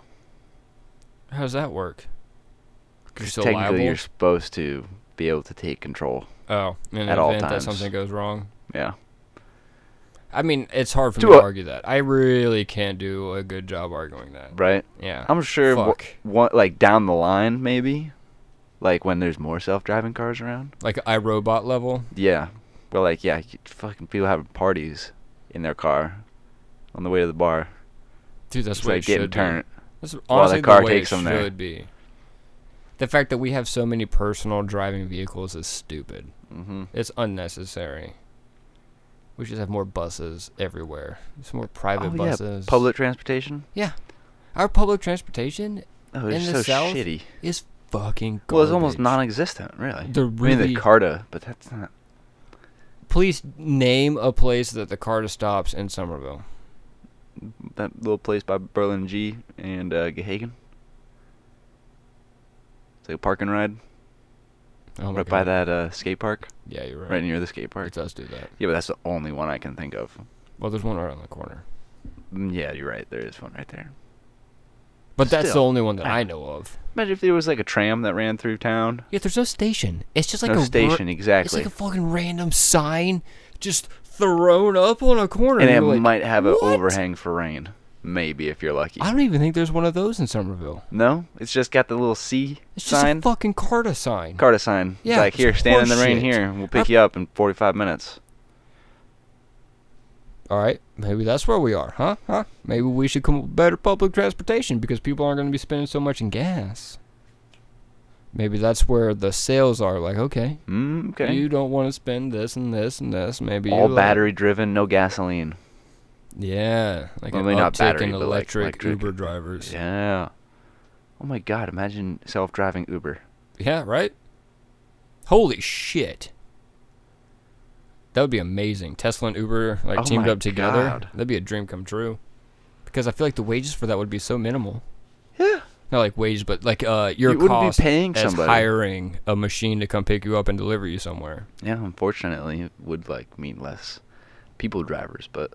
Speaker 1: How does that work? You're
Speaker 2: 'cause
Speaker 1: still
Speaker 2: technically
Speaker 1: liable.
Speaker 2: you're supposed to be able to take control.
Speaker 1: oh, in the
Speaker 2: at all
Speaker 1: event that
Speaker 2: times.
Speaker 1: something goes wrong.
Speaker 2: Yeah,
Speaker 1: I mean, it's hard for
Speaker 2: To
Speaker 1: me to
Speaker 2: a-
Speaker 1: argue that. I really can't do a good job arguing that.
Speaker 2: right.
Speaker 1: Yeah.
Speaker 2: I'm sure wha-
Speaker 1: Fuck.
Speaker 2: one like down the line maybe, like when there's more self-driving cars around.
Speaker 1: Like iRobot level.
Speaker 2: Yeah, well like yeah, you- fucking people having parties in their car on the way to the bar.
Speaker 1: Dude, that's
Speaker 2: It's
Speaker 1: what
Speaker 2: like
Speaker 1: it
Speaker 2: getting
Speaker 1: should be.
Speaker 2: turned.
Speaker 1: That's honestly
Speaker 2: While the
Speaker 1: the,
Speaker 2: car
Speaker 1: way
Speaker 2: takes
Speaker 1: it
Speaker 2: 'em
Speaker 1: should
Speaker 2: there.
Speaker 1: be. The fact that we have so many personal driving vehicles is stupid.
Speaker 2: Mm-hmm.
Speaker 1: It's unnecessary. We should have more buses everywhere. Some more private
Speaker 2: oh yeah,
Speaker 1: buses.
Speaker 2: public transportation.
Speaker 1: Our public transportation
Speaker 2: Oh,
Speaker 1: In
Speaker 2: it's
Speaker 1: the
Speaker 2: so
Speaker 1: South,
Speaker 2: shitty.
Speaker 1: is fucking. Garbage.
Speaker 2: Well, it's almost non-existent, really.
Speaker 1: The
Speaker 2: I mean,
Speaker 1: really-
Speaker 2: the Carta, but that's not.
Speaker 1: Please name a place that the car stops in Somerville.
Speaker 2: that little place by Berlin G and uh, Gehagen. It's like a park and ride
Speaker 1: Oh my
Speaker 2: right by
Speaker 1: God.
Speaker 2: that uh, skate park,
Speaker 1: Yeah, you're right.
Speaker 2: right. near the skate
Speaker 1: It
Speaker 2: park.
Speaker 1: does do that.
Speaker 2: Yeah, but that's the only one I can think of.
Speaker 1: Well, there's one right on the corner.
Speaker 2: Mm, Yeah, you're right. There is one right there.
Speaker 1: But that's the
Speaker 2: Still,
Speaker 1: only one that
Speaker 2: I-
Speaker 1: I know of.
Speaker 2: Imagine if there was like a tram that ran through town.
Speaker 1: Yeah, there's no station. It's just like
Speaker 2: no
Speaker 1: a ru-
Speaker 2: station,
Speaker 1: It's
Speaker 2: exactly.
Speaker 1: like a fucking random sign just thrown up on a corner.
Speaker 2: and it
Speaker 1: you're like,
Speaker 2: might have an
Speaker 1: "What?"
Speaker 2: overhang for rain, maybe if you're lucky.
Speaker 1: I don't even think there's one of those in Somerville.
Speaker 2: No, it's just got the little C
Speaker 1: It's just
Speaker 2: sign,
Speaker 1: a fucking Carta sign.
Speaker 2: Carta sign.
Speaker 1: Yeah,
Speaker 2: it's like
Speaker 1: it's
Speaker 2: here, stand in the rain
Speaker 1: horseshit.
Speaker 2: here, and we'll pick
Speaker 1: Our-
Speaker 2: you up in 45 minutes.
Speaker 1: All right, maybe that's where we are, huh? Huh? Maybe we should come up with better public transportation because people aren't going to be spending so much in gas. Maybe that's where the sales are. Like, okay,
Speaker 2: Mm, okay.
Speaker 1: you don't want to spend this and this and this. Maybe
Speaker 2: all
Speaker 1: you like-
Speaker 2: battery driven, no gasoline.
Speaker 1: Yeah, like
Speaker 2: Well,
Speaker 1: an
Speaker 2: maybe not
Speaker 1: uptick
Speaker 2: battery,
Speaker 1: in
Speaker 2: but, like,
Speaker 1: electric,
Speaker 2: electric.
Speaker 1: Uber drivers. Yeah.
Speaker 2: Yeah. Oh my god, imagine self driving Uber.
Speaker 1: right. Holy shit. That would be amazing. Tesla and Uber like
Speaker 2: Oh
Speaker 1: teamed
Speaker 2: my
Speaker 1: up together.
Speaker 2: God.
Speaker 1: That'd be a dream come true. Because I feel like the wages for that would be so minimal.
Speaker 2: Yeah.
Speaker 1: Not like wages, but like uh, your
Speaker 2: You wouldn't be
Speaker 1: cost
Speaker 2: paying
Speaker 1: as
Speaker 2: somebody.
Speaker 1: hiring a machine to come pick you up and deliver you somewhere.
Speaker 2: Yeah, unfortunately it would like mean less people drivers, but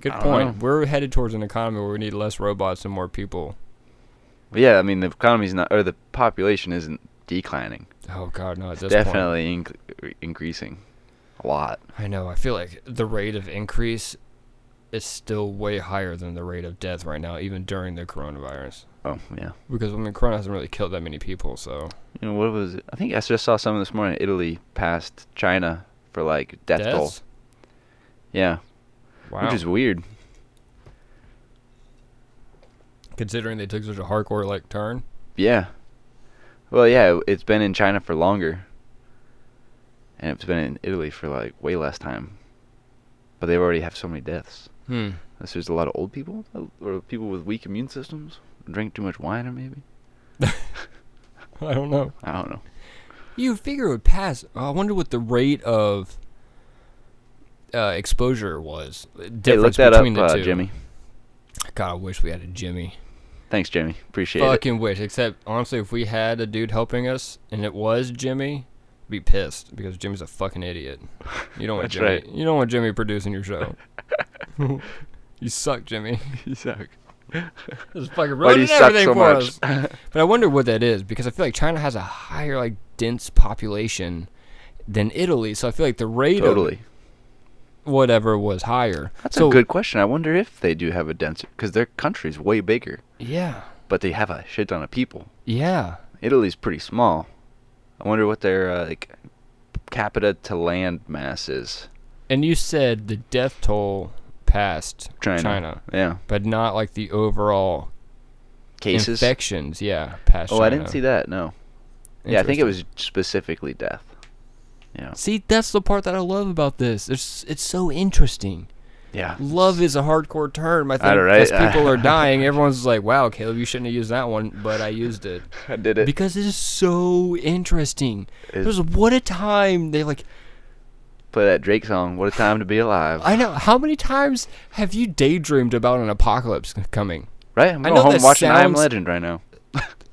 Speaker 1: Good
Speaker 2: I don't
Speaker 1: point. We're headed towards an economy where we need less robots and more people.
Speaker 2: but yeah, I mean the economy's not or the population isn't declining.
Speaker 1: Oh god, no! At
Speaker 2: It's
Speaker 1: this point,
Speaker 2: definitely inc- increasing a lot.
Speaker 1: I know. I feel like the rate of increase is still way higher than the rate of death right now, even during the coronavirus.
Speaker 2: Oh, yeah.
Speaker 1: Because I mean, corona hasn't really killed that many people, so
Speaker 2: You know what was it? I think I just saw something this morning. Italy passed China for like death toll.
Speaker 1: Deaths?
Speaker 2: Yeah,
Speaker 1: Wow.
Speaker 2: which is weird.
Speaker 1: Considering they took such a hardcore like turn.
Speaker 2: Yeah. Well, yeah, it's been in China for longer. And it's been in Italy for like way less time. But they already have so many deaths.
Speaker 1: Hmm.
Speaker 2: Unless there's a lot of old people or people with weak immune systems, drink too much wine or maybe.
Speaker 1: I don't know.
Speaker 2: I don't know.
Speaker 1: You figure it would pass. I wonder what the rate of uh, exposure was.
Speaker 2: Hey, look
Speaker 1: Difference
Speaker 2: that up,
Speaker 1: between the
Speaker 2: uh,
Speaker 1: two.
Speaker 2: Jimmy.
Speaker 1: God, I wish we had a Jimmy.
Speaker 2: Thanks, Jimmy. Appreciate it.
Speaker 1: Fucking wish. Except honestly, if we had a dude helping us and it was Jimmy, I'd be pissed because Jimmy's a fucking idiot. You don't want
Speaker 2: That's
Speaker 1: Jimmy.
Speaker 2: right.
Speaker 1: You don't want Jimmy producing your show. you suck, Jimmy.
Speaker 2: You suck.
Speaker 1: Just fucking
Speaker 2: Why do you
Speaker 1: ruining
Speaker 2: suck
Speaker 1: everything
Speaker 2: so
Speaker 1: for
Speaker 2: much?
Speaker 1: us. But I wonder what that is because I feel like China has a higher like dense population than Italy, so I feel like the rate of
Speaker 2: totally.
Speaker 1: whatever was higher.
Speaker 2: That's
Speaker 1: so,
Speaker 2: a good question. I wonder if they do have a denser because their country's way bigger,
Speaker 1: Yeah,
Speaker 2: but they have a shit ton of people.
Speaker 1: yeah.
Speaker 2: Italy's pretty small. I wonder what their uh, like capita to land mass is.
Speaker 1: And you said the death toll passed
Speaker 2: China.
Speaker 1: China
Speaker 2: Yeah.
Speaker 1: but not like the overall
Speaker 2: Cases.
Speaker 1: infections. Yeah, passed.
Speaker 2: oh, I didn't
Speaker 1: China.
Speaker 2: see that. No. Yeah, I think it
Speaker 1: Interesting.
Speaker 2: was specifically death. Yeah.
Speaker 1: See, that's the part that I love about this. It's it's so interesting.
Speaker 2: Yeah.
Speaker 1: Love is a hardcore term. I think
Speaker 2: All right.
Speaker 1: as people are dying, everyone's like, "Wow, Caleb, you shouldn't have used that one," but I used it
Speaker 2: I did it.
Speaker 1: because it is so interesting.
Speaker 2: It-
Speaker 1: There's what a time they like.
Speaker 2: Play that Drake song. What a time to be alive.
Speaker 1: I know how many times have you daydreamed about an apocalypse c- coming?
Speaker 2: right. I'm
Speaker 1: I
Speaker 2: going
Speaker 1: know
Speaker 2: home
Speaker 1: that
Speaker 2: watching I Am
Speaker 1: sounds-
Speaker 2: Legend right now.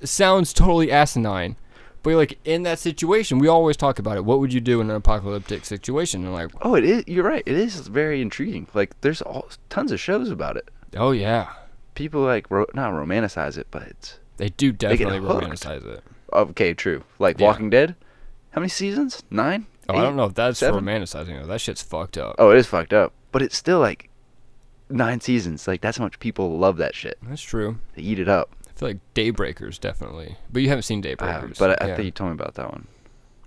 Speaker 1: It sounds totally asinine, but like in that situation, we always talk about it. What would you do in an apocalyptic situation? And like,
Speaker 2: Oh, it is. You're right. It is very intriguing. Like there's all tons of shows about it.
Speaker 1: oh yeah,
Speaker 2: People like ro- not romanticize it, but it's
Speaker 1: they do
Speaker 2: get
Speaker 1: definitely
Speaker 2: hooked.
Speaker 1: romanticize it.
Speaker 2: okay. True. Like
Speaker 1: Yeah.
Speaker 2: Walking Dead. How many seasons? Nine.
Speaker 1: Oh, I
Speaker 2: Eight?
Speaker 1: don't know if that's
Speaker 2: seven?
Speaker 1: romanticizing. Though. That shit's fucked up.
Speaker 2: Oh, it is fucked up. But it's still like nine seasons. Like that's how much people love that shit.
Speaker 1: That's true.
Speaker 2: They eat it up.
Speaker 1: I feel like Daybreakers definitely, but you haven't seen
Speaker 2: I haven't,
Speaker 1: Daybreakers.
Speaker 2: but I, I
Speaker 1: Yeah.
Speaker 2: think you told me about that one.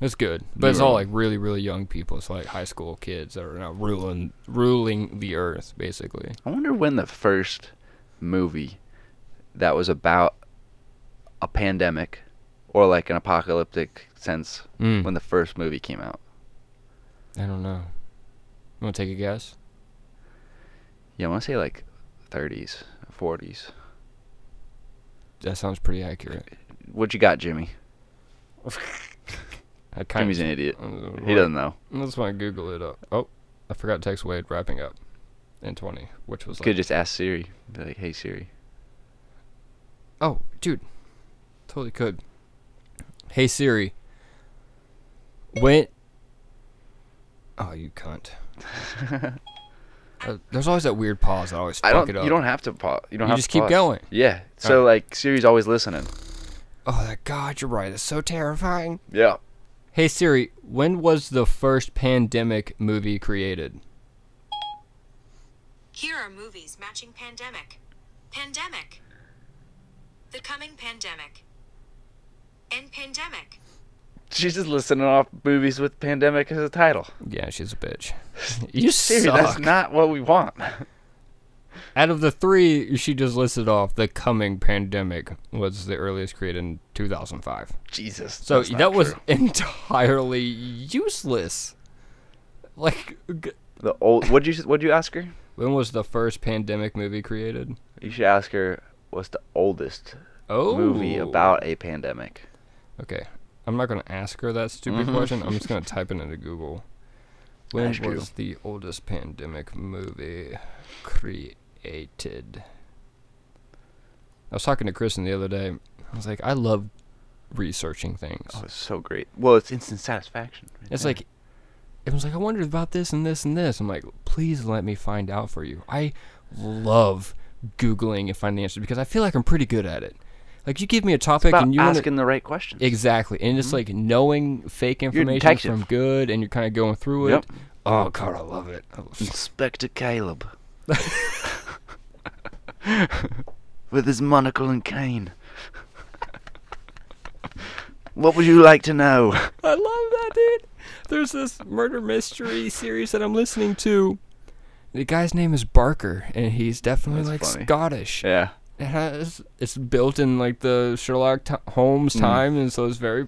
Speaker 1: it's good. But it's all
Speaker 2: Newer.
Speaker 1: like really, really young people. It's like high school kids that are now ruling ruling the earth, basically.
Speaker 2: I wonder when the first movie that was about a pandemic or like an apocalyptic sense
Speaker 1: Mm.
Speaker 2: when the first movie came out.
Speaker 1: I don't know. You want to take a guess?
Speaker 2: Yeah, I want to say like 30s, 40s.
Speaker 1: That sounds pretty accurate.
Speaker 2: What you got, Jimmy?
Speaker 1: I kind
Speaker 2: Jimmy's an idiot.
Speaker 1: Uh,
Speaker 2: He doesn't know.
Speaker 1: Let's want to Google it up. Oh, I forgot to text Wade wrapping up in 20, which was like,
Speaker 2: Could just ask Siri. Be like, hey Siri.
Speaker 1: oh, dude, totally could. Hey Siri, when? Oh, you cunt. Uh, there's always that weird pause. I always fuck
Speaker 2: I don't.
Speaker 1: it up.
Speaker 2: You don't have to pause. You don't
Speaker 1: You
Speaker 2: have
Speaker 1: just
Speaker 2: to
Speaker 1: keep
Speaker 2: pause.
Speaker 1: going.
Speaker 2: Yeah. So like Siri's always listening.
Speaker 1: Oh, that God, you're right. That's so terrifying.
Speaker 2: Yeah.
Speaker 1: Hey Siri, when was the first pandemic movie created?
Speaker 6: Here are movies matching Pandemic. Pandemic. The Coming Pandemic. And Pandemic.
Speaker 2: She's just listening off movies with pandemic as a title.
Speaker 1: Yeah, she's a bitch. You
Speaker 2: Siri, that's
Speaker 1: suck.
Speaker 2: not what we want.
Speaker 1: Out of the three she just listed off, the coming pandemic was the earliest created in 2005.
Speaker 2: Jesus.
Speaker 1: So
Speaker 2: that's not
Speaker 1: that was
Speaker 2: true.
Speaker 1: entirely useless. Like, g-
Speaker 2: the old. What you what you ask her?
Speaker 1: when was the first pandemic movie created?
Speaker 2: You should ask her what's the oldest
Speaker 1: Oh,
Speaker 2: movie about a pandemic.
Speaker 1: Okay, I'm not gonna ask her that stupid
Speaker 2: Mm-hmm.
Speaker 1: question. I'm just gonna type it into Google. When
Speaker 2: That's true.
Speaker 1: was the oldest pandemic movie created? I was talking to Kristen the other day. I was like, I love researching things.
Speaker 2: Oh, it's so great. Well, it's instant satisfaction.
Speaker 1: It's like, it was like, I wondered about this and this and this. I'm like, please let me find out for you. I love Googling and finding answers because I feel like I'm pretty good at it. Like, you give me a topic
Speaker 2: about
Speaker 1: and you want
Speaker 2: asking Mm-hmm. the right questions.
Speaker 1: Exactly. And it's like knowing fake information
Speaker 2: detective.
Speaker 1: from good and you're kind of going through it.
Speaker 2: Yep.
Speaker 1: Oh, God, I love it. I love-
Speaker 2: Inspector Caleb. With his monocle and cane. what would you like to know?
Speaker 1: I love that, dude. There's this murder mystery series that I'm listening to. The guy's name is Barker, and he's definitely
Speaker 2: That's
Speaker 1: like
Speaker 2: funny.
Speaker 1: Scottish.
Speaker 2: Yeah.
Speaker 1: It has it's built in like the Sherlock t- Holmes time, and so it's very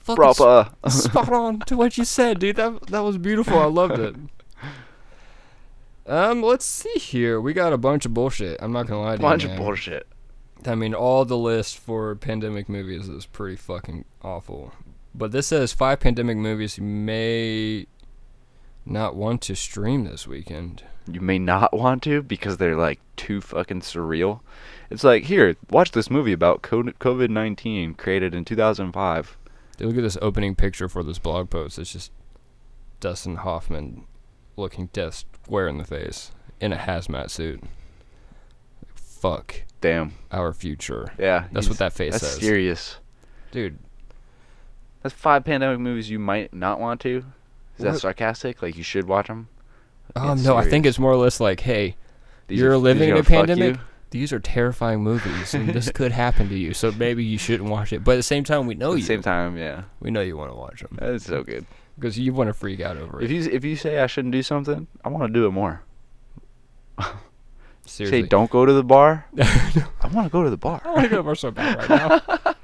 Speaker 1: fucking
Speaker 2: Mm. Proper.
Speaker 1: s- spot on to what you said, dude. That that was beautiful. I loved it. Um, let's see here. We got a bunch of bullshit. I'm not gonna lie to
Speaker 2: Bunch
Speaker 1: you.
Speaker 2: of
Speaker 1: man.
Speaker 2: bullshit.
Speaker 1: I mean, all the list for pandemic movies is pretty fucking awful. But this says five pandemic movies you may not want to stream this weekend.
Speaker 2: You may not want to because they're like too fucking surreal. It's like, here, watch this movie about COVID 19 created in 2005.
Speaker 1: Dude, look at this opening picture for this blog post. It's just Dustin Hoffman looking death square in the face in a hazmat suit. Fuck
Speaker 2: Damn.
Speaker 1: our future.
Speaker 2: Yeah.
Speaker 1: That's
Speaker 2: he's-
Speaker 1: what that face
Speaker 2: That's
Speaker 1: says.
Speaker 2: serious.
Speaker 1: Dude,
Speaker 2: That's five pandemic movies you might not want to. Is that
Speaker 1: What-
Speaker 2: sarcastic? Like you should watch them.
Speaker 1: Oh no,
Speaker 2: It's
Speaker 1: I think
Speaker 2: serious.
Speaker 1: it's more or less like, hey,
Speaker 2: These
Speaker 1: you're
Speaker 2: are- these
Speaker 1: living
Speaker 2: are
Speaker 1: in a
Speaker 2: gonna fuck
Speaker 1: pandemic.
Speaker 2: you.
Speaker 1: These are terrifying movies, and this could happen to you. So maybe you shouldn't watch it. But at the same time, we know
Speaker 2: At the
Speaker 1: you.
Speaker 2: same time, yeah,
Speaker 1: We know you want to watch them
Speaker 2: that's so good.
Speaker 1: because you want to freak out over
Speaker 2: If
Speaker 1: it.
Speaker 2: you if you say I shouldn't do something, I want to do it more.
Speaker 1: Seriously,
Speaker 2: Say don't go to the bar. Oh, I want to go to the bar.
Speaker 1: I want to go over so bad right now.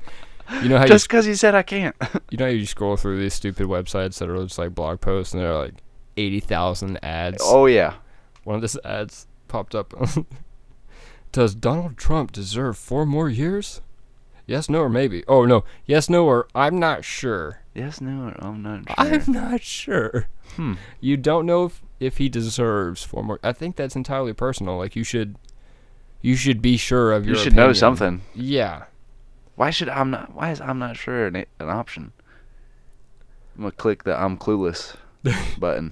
Speaker 1: you know how you
Speaker 2: Just because you said I can't.
Speaker 1: You know, how you scroll through these stupid websites that are just like blog posts, and they're like eighty thousand ads.
Speaker 2: oh yeah,
Speaker 1: One of these ads popped up. Does Donald Trump deserve four more years? Yes, no, or maybe. Oh no, yes, no, or I'm not sure.
Speaker 2: yes, no, or I'm not sure.
Speaker 1: I'm not sure.
Speaker 2: Hmm.
Speaker 1: You don't know if, if he deserves four more. I think that's entirely personal. Like you should, you should be sure of
Speaker 2: You
Speaker 1: your.
Speaker 2: should know
Speaker 1: opinion.
Speaker 2: something.
Speaker 1: Yeah,
Speaker 2: Why should I'm not? Why is I'm not sure an, an option? I'm gonna click the I'm clueless button.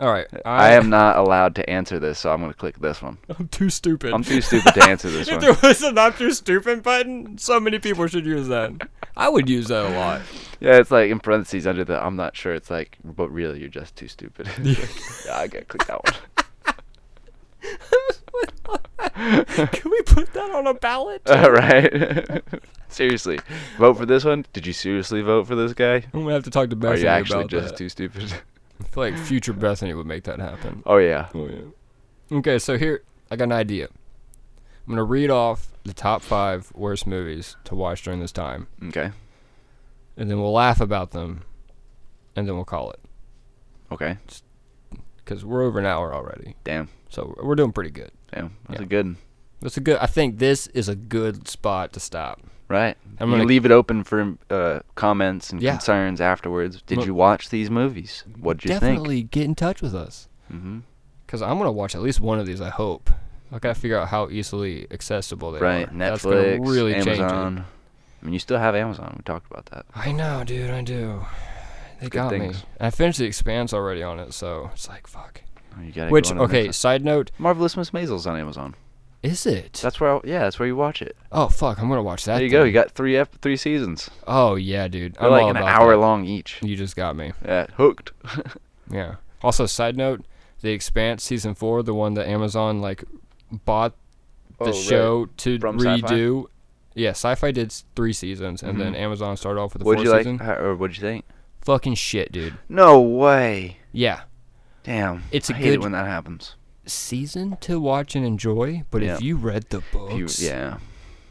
Speaker 1: all right.
Speaker 2: I am not allowed to answer this, so I'm gonna click this one.
Speaker 1: I'm too stupid.
Speaker 2: I'm too stupid to answer this
Speaker 1: If
Speaker 2: one.
Speaker 1: there was an not too stupid button, so many people should use that. I would use that a lot.
Speaker 2: Yeah, it's like in parentheses under the I'm not sure. It's like, but really, you're just too stupid. It's like, yeah, I gotta click that one.
Speaker 1: Can we put that on a ballot?
Speaker 2: All right. seriously, vote for this one. Did you seriously vote for this guy?
Speaker 1: I'm gonna have to talk to
Speaker 2: Are
Speaker 1: Bethany
Speaker 2: you actually
Speaker 1: about
Speaker 2: just
Speaker 1: that.
Speaker 2: too stupid?
Speaker 1: I feel like future Bethany would make that happen.
Speaker 2: Oh yeah.
Speaker 1: Oh yeah. Okay, so here I got an idea. I'm gonna read off the top five worst movies to watch during this time,
Speaker 2: Okay.
Speaker 1: and then we'll laugh about them, and then we'll call it
Speaker 2: Okay.
Speaker 1: because we're over an hour already.
Speaker 2: Damn.
Speaker 1: So we're doing pretty good.
Speaker 2: Damn. That's
Speaker 1: Yeah.
Speaker 2: a good. one.
Speaker 1: That's a good. I think this is a good spot to stop.
Speaker 2: Right.
Speaker 1: I'm
Speaker 2: you
Speaker 1: gonna-
Speaker 2: leave it open for uh, comments and
Speaker 1: Yeah.
Speaker 2: concerns afterwards. Did
Speaker 1: Look-
Speaker 2: you watch these movies? What did you think?
Speaker 1: Definitely get in touch with us.
Speaker 2: Mm-hmm.
Speaker 1: Because I'm gonna watch at least one of these. I hope. I gotta figure out how easily accessible they
Speaker 2: Right.
Speaker 1: are. That's
Speaker 2: Netflix,
Speaker 1: gonna really
Speaker 2: Amazon.
Speaker 1: change it.
Speaker 2: I mean, you still have Amazon. We talked about that.
Speaker 1: I know, dude. I do. They
Speaker 2: Good
Speaker 1: got me.
Speaker 2: things.
Speaker 1: And I finished The Expanse already on it, so it's like fuck.
Speaker 2: Oh, You gotta
Speaker 1: Which
Speaker 2: go on to the next
Speaker 1: okay.
Speaker 2: one.
Speaker 1: Side note,
Speaker 2: Marvelous Miss Maisel's on Amazon.
Speaker 1: is it?
Speaker 2: That's where. I, yeah, that's where you watch it.
Speaker 1: oh fuck, I'm gonna watch that.
Speaker 2: there you go.
Speaker 1: then.
Speaker 2: You got three ep- three seasons.
Speaker 1: oh yeah, dude.
Speaker 2: They're
Speaker 1: I'm
Speaker 2: like
Speaker 1: all
Speaker 2: an
Speaker 1: about
Speaker 2: hour
Speaker 1: that.
Speaker 2: long each.
Speaker 1: You just got me.
Speaker 2: Yeah, hooked.
Speaker 1: Yeah. Also, side note, The Expanse season four, the one that Amazon like bought the
Speaker 2: Oh, right.
Speaker 1: show to
Speaker 2: From Sci-Fi? Mm-hmm.
Speaker 1: redo. Yeah, Sci-Fi did s- three seasons, and then Amazon started off with the
Speaker 2: What'd
Speaker 1: fourth
Speaker 2: you like?
Speaker 1: season.
Speaker 2: How- or what'd you think?
Speaker 1: Fucking shit, dude.
Speaker 2: No way.
Speaker 1: Yeah,
Speaker 2: Damn.
Speaker 1: It's
Speaker 2: I
Speaker 1: a
Speaker 2: hate it
Speaker 1: good-
Speaker 2: when that happens.
Speaker 1: season to watch and enjoy. But
Speaker 2: Yeah.
Speaker 1: if you read the
Speaker 2: If you-
Speaker 1: books,
Speaker 2: yeah.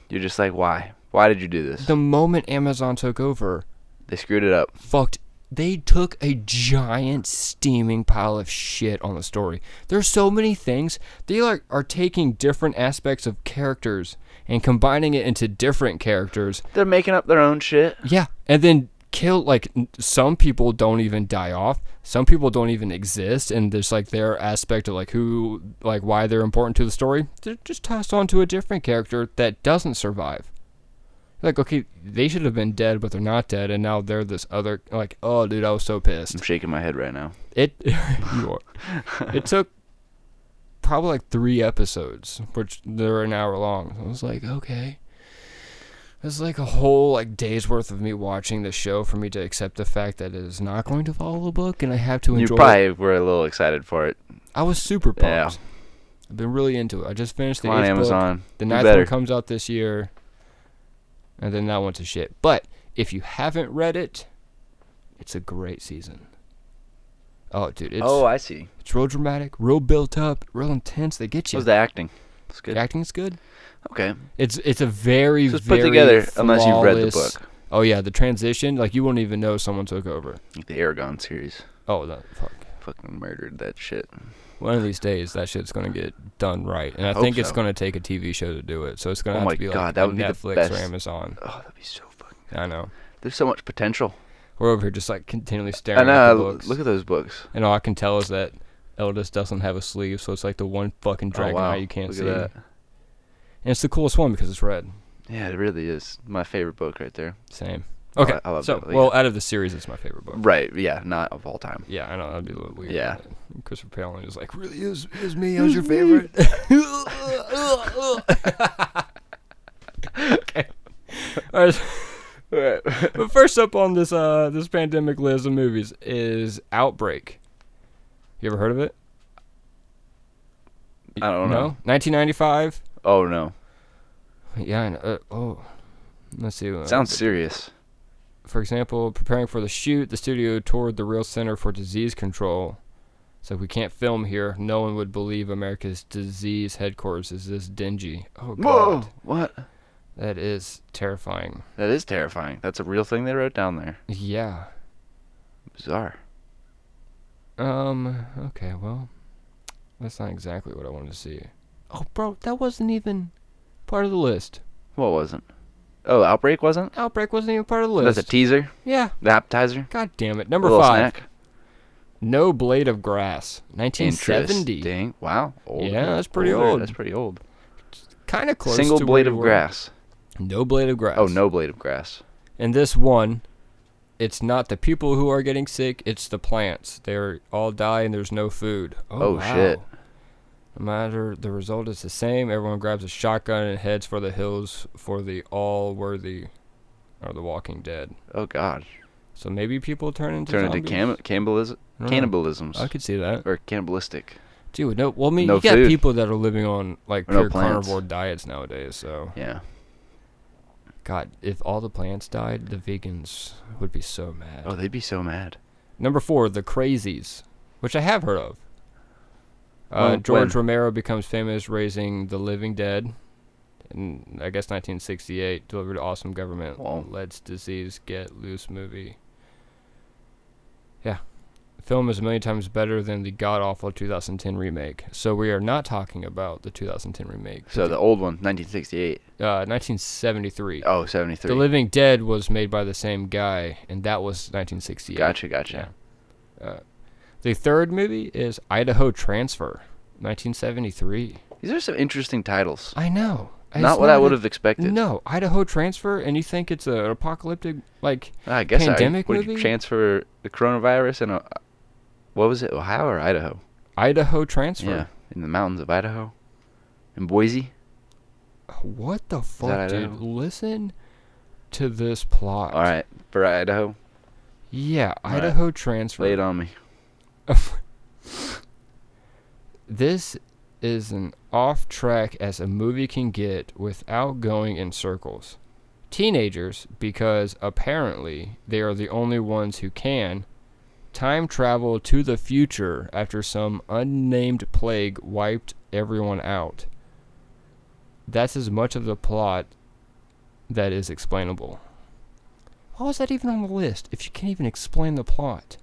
Speaker 2: You're just like, why? Why did you do this?
Speaker 1: the moment Amazon took over,
Speaker 2: They screwed it up.
Speaker 1: fucked. They took a giant steaming pile of shit on the story. There's so many things they like are taking different aspects of characters and combining it into different characters.
Speaker 2: They're making up their own shit.
Speaker 1: Yeah, and then kill like n- some people don't even die off. Some people don't even exist, and there's like their aspect of like who, like why they're important to the story. They're just tossed onto a different character that doesn't survive. Like okay, they should have been dead, but they're not dead, and now they're this other. Like oh, dude, I was so
Speaker 2: I'm
Speaker 1: pissed.
Speaker 2: shaking my head right now.
Speaker 1: It you are. It took probably like three episodes, which they're an hour long. I was like, okay. It's like a whole like day's worth of me watching the show for me to accept the fact that it is not going to follow the book, and I have to
Speaker 2: You
Speaker 1: enjoy. it.
Speaker 2: probably were a little excited for it.
Speaker 1: I was super pumped.
Speaker 2: Yeah.
Speaker 1: I've been really into it. I just finished the
Speaker 2: Come on,
Speaker 1: eighth book.
Speaker 2: Amazon.
Speaker 1: The
Speaker 2: Do
Speaker 1: ninth
Speaker 2: better.
Speaker 1: one comes out this year, and then that one's a shit. But if you haven't read it, it's a great season. Oh, dude, it's
Speaker 2: oh, I see.
Speaker 1: it's real dramatic, real built up, real intense. They get you.
Speaker 2: How's the acting? It's good.
Speaker 1: The acting's good.
Speaker 2: Okay.
Speaker 1: It's it's a very
Speaker 2: So it's
Speaker 1: very
Speaker 2: put together unless you've read the
Speaker 1: flawless-
Speaker 2: book.
Speaker 1: Oh yeah, the transition like you won't even know someone took over.
Speaker 2: Like the Aragon series.
Speaker 1: Oh that fuck.
Speaker 2: Fucking murdered that shit.
Speaker 1: One of these days that shit's gonna get done right, and I,
Speaker 2: hope
Speaker 1: think it's
Speaker 2: so.
Speaker 1: gonna take a TV show to do it. So it's gonna
Speaker 2: Oh
Speaker 1: have
Speaker 2: my
Speaker 1: to be
Speaker 2: God,
Speaker 1: like
Speaker 2: that
Speaker 1: on
Speaker 2: would be the
Speaker 1: Netflix
Speaker 2: best.
Speaker 1: or Amazon.
Speaker 2: Oh, that'd be so fucking.
Speaker 1: I know.
Speaker 2: There's so much potential.
Speaker 1: We're over here just like continually staring
Speaker 2: I
Speaker 1: at the
Speaker 2: know.
Speaker 1: books,
Speaker 2: Look at those books.
Speaker 1: and all I can tell is that Eldest doesn't have a sleeve, so it's like the one fucking dragon
Speaker 2: oh, wow.
Speaker 1: eye you can't
Speaker 2: Look
Speaker 1: see.
Speaker 2: At that.
Speaker 1: And it's the coolest one because it's red.
Speaker 2: Yeah, it really is my favorite book right there.
Speaker 1: Same. Okay.
Speaker 2: I love
Speaker 1: so,
Speaker 2: Battle, yeah.
Speaker 1: well, out of the series, it's my favorite book.
Speaker 2: Right? Yeah, not of all time.
Speaker 1: Yeah, I know that'd be a little weird.
Speaker 2: Yeah.
Speaker 1: but Christopher Palin is like, really is is me? How's your favorite? okay. All right. But first up on this uh this pandemic list of movies is Outbreak. You ever heard of it?
Speaker 2: I don't
Speaker 1: No.
Speaker 2: know.
Speaker 1: 1995.
Speaker 2: Oh no,
Speaker 1: Yeah. I know. Uh, oh, let's see. uh,
Speaker 2: sounds serious.
Speaker 1: for example, preparing for the shoot, the studio toured the real Center for Disease Control. So if we can't film here, no one would believe America's disease headquarters is this dingy. Oh god,
Speaker 2: Whoa, what?
Speaker 1: that is terrifying.
Speaker 2: That is terrifying. That's a real thing they wrote down there.
Speaker 1: Yeah.
Speaker 2: Bizarre.
Speaker 1: Um. Okay. Well, that's not exactly what I wanted to see. Oh, bro, that wasn't even part of the list.
Speaker 2: What wasn't? Oh, outbreak wasn't.
Speaker 1: Outbreak wasn't even part of the list.
Speaker 2: That's a teaser.
Speaker 1: yeah.
Speaker 2: The appetizer.
Speaker 1: God damn it. Number
Speaker 2: little
Speaker 1: five.
Speaker 2: snack.
Speaker 1: No blade of grass. 1970.
Speaker 2: Interesting. Wow. Older.
Speaker 1: Yeah, that's pretty
Speaker 2: Older.
Speaker 1: old.
Speaker 2: That's pretty old.
Speaker 1: Kind of close.
Speaker 2: Single
Speaker 1: to where
Speaker 2: blade
Speaker 1: you
Speaker 2: of
Speaker 1: were.
Speaker 2: grass.
Speaker 1: No blade of grass.
Speaker 2: Oh, no blade of grass.
Speaker 1: And this one, it's not the people who are getting sick, it's the plants. They all die and there's no food. Oh,
Speaker 2: Oh,
Speaker 1: wow.
Speaker 2: shit.
Speaker 1: No matter the result is the same, everyone grabs a shotgun and heads for the hills for the all worthy or the walking dead.
Speaker 2: Oh God.
Speaker 1: So maybe people turn into
Speaker 2: Turn into
Speaker 1: zombies.
Speaker 2: cam- cannibalism.
Speaker 1: I don't know.
Speaker 2: Cannibalisms.
Speaker 1: I could see that.
Speaker 2: Or cannibalistic.
Speaker 1: Dude, no well I mean
Speaker 2: No
Speaker 1: you got
Speaker 2: food.
Speaker 1: people that are living on like
Speaker 2: Or no
Speaker 1: pure
Speaker 2: plants.
Speaker 1: carnivore diets nowadays, so
Speaker 2: Yeah.
Speaker 1: God, if all the plants died, the vegans would be so mad.
Speaker 2: Oh, they'd be so mad.
Speaker 1: Number four, The Crazies, which I have heard of. Uh,
Speaker 2: Well,
Speaker 1: George
Speaker 2: when?
Speaker 1: Romero becomes famous raising The Living Dead. In, I guess 1968, delivered to awesome government.
Speaker 2: Wow.
Speaker 1: Let's disease get loose movie. Yeah, the film is a million times better than the god awful 2010 remake. So we are not talking about the 2010 remake. but
Speaker 2: So the old one, 1968.
Speaker 1: uh, 1973.
Speaker 2: Oh, 73.
Speaker 1: The Living Dead was made by the same guy, and that was 1968.
Speaker 2: Gotcha, gotcha.
Speaker 1: The third movie is Idaho Transfer, 1973.
Speaker 2: These are some interesting titles.
Speaker 1: I know. It's
Speaker 2: not what I
Speaker 1: a-
Speaker 2: would have expected.
Speaker 1: No, Idaho Transfer, and you think it's a- an apocalyptic like
Speaker 2: I guess
Speaker 1: pandemic
Speaker 2: I would
Speaker 1: movie?
Speaker 2: transfer the coronavirus in a what was it, Ohio or Idaho?
Speaker 1: Idaho Transfer.
Speaker 2: Yeah, in the mountains of Idaho, in Boise.
Speaker 1: What the fuck,
Speaker 2: that
Speaker 1: dude?
Speaker 2: Idaho?
Speaker 1: Listen to this plot.
Speaker 2: All right, for Idaho,
Speaker 1: Yeah,
Speaker 2: right.
Speaker 1: Idaho Transfer.
Speaker 2: lay it on me.
Speaker 1: This is an off track as a movie can get without going in circles. Teenagers, because apparently they are the only ones who can, time travel to the future after some unnamed plague wiped everyone out. That's as much of the plot that is explainable. Why was that even on the list if you can't even explain the plot?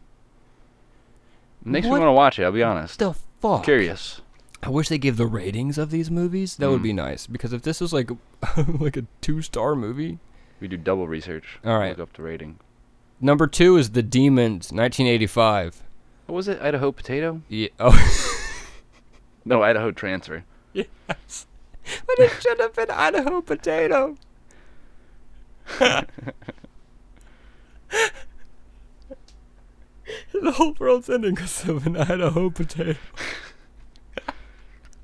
Speaker 2: Makes
Speaker 1: What
Speaker 2: me want to watch it. I'll be honest.
Speaker 1: The fuck?
Speaker 2: Curious.
Speaker 1: I wish they gave the ratings of these movies. That would be nice because if this was like like a two star movie.
Speaker 2: We do double research.
Speaker 1: All right.
Speaker 2: Look up the rating.
Speaker 1: Number two is The Demons, 1985.
Speaker 2: What was it? Idaho potato?
Speaker 1: Yeah. Oh,
Speaker 2: No, Idaho transfer.
Speaker 1: but it should have been Idaho Potato. the whole world's ending because of an Idaho potato.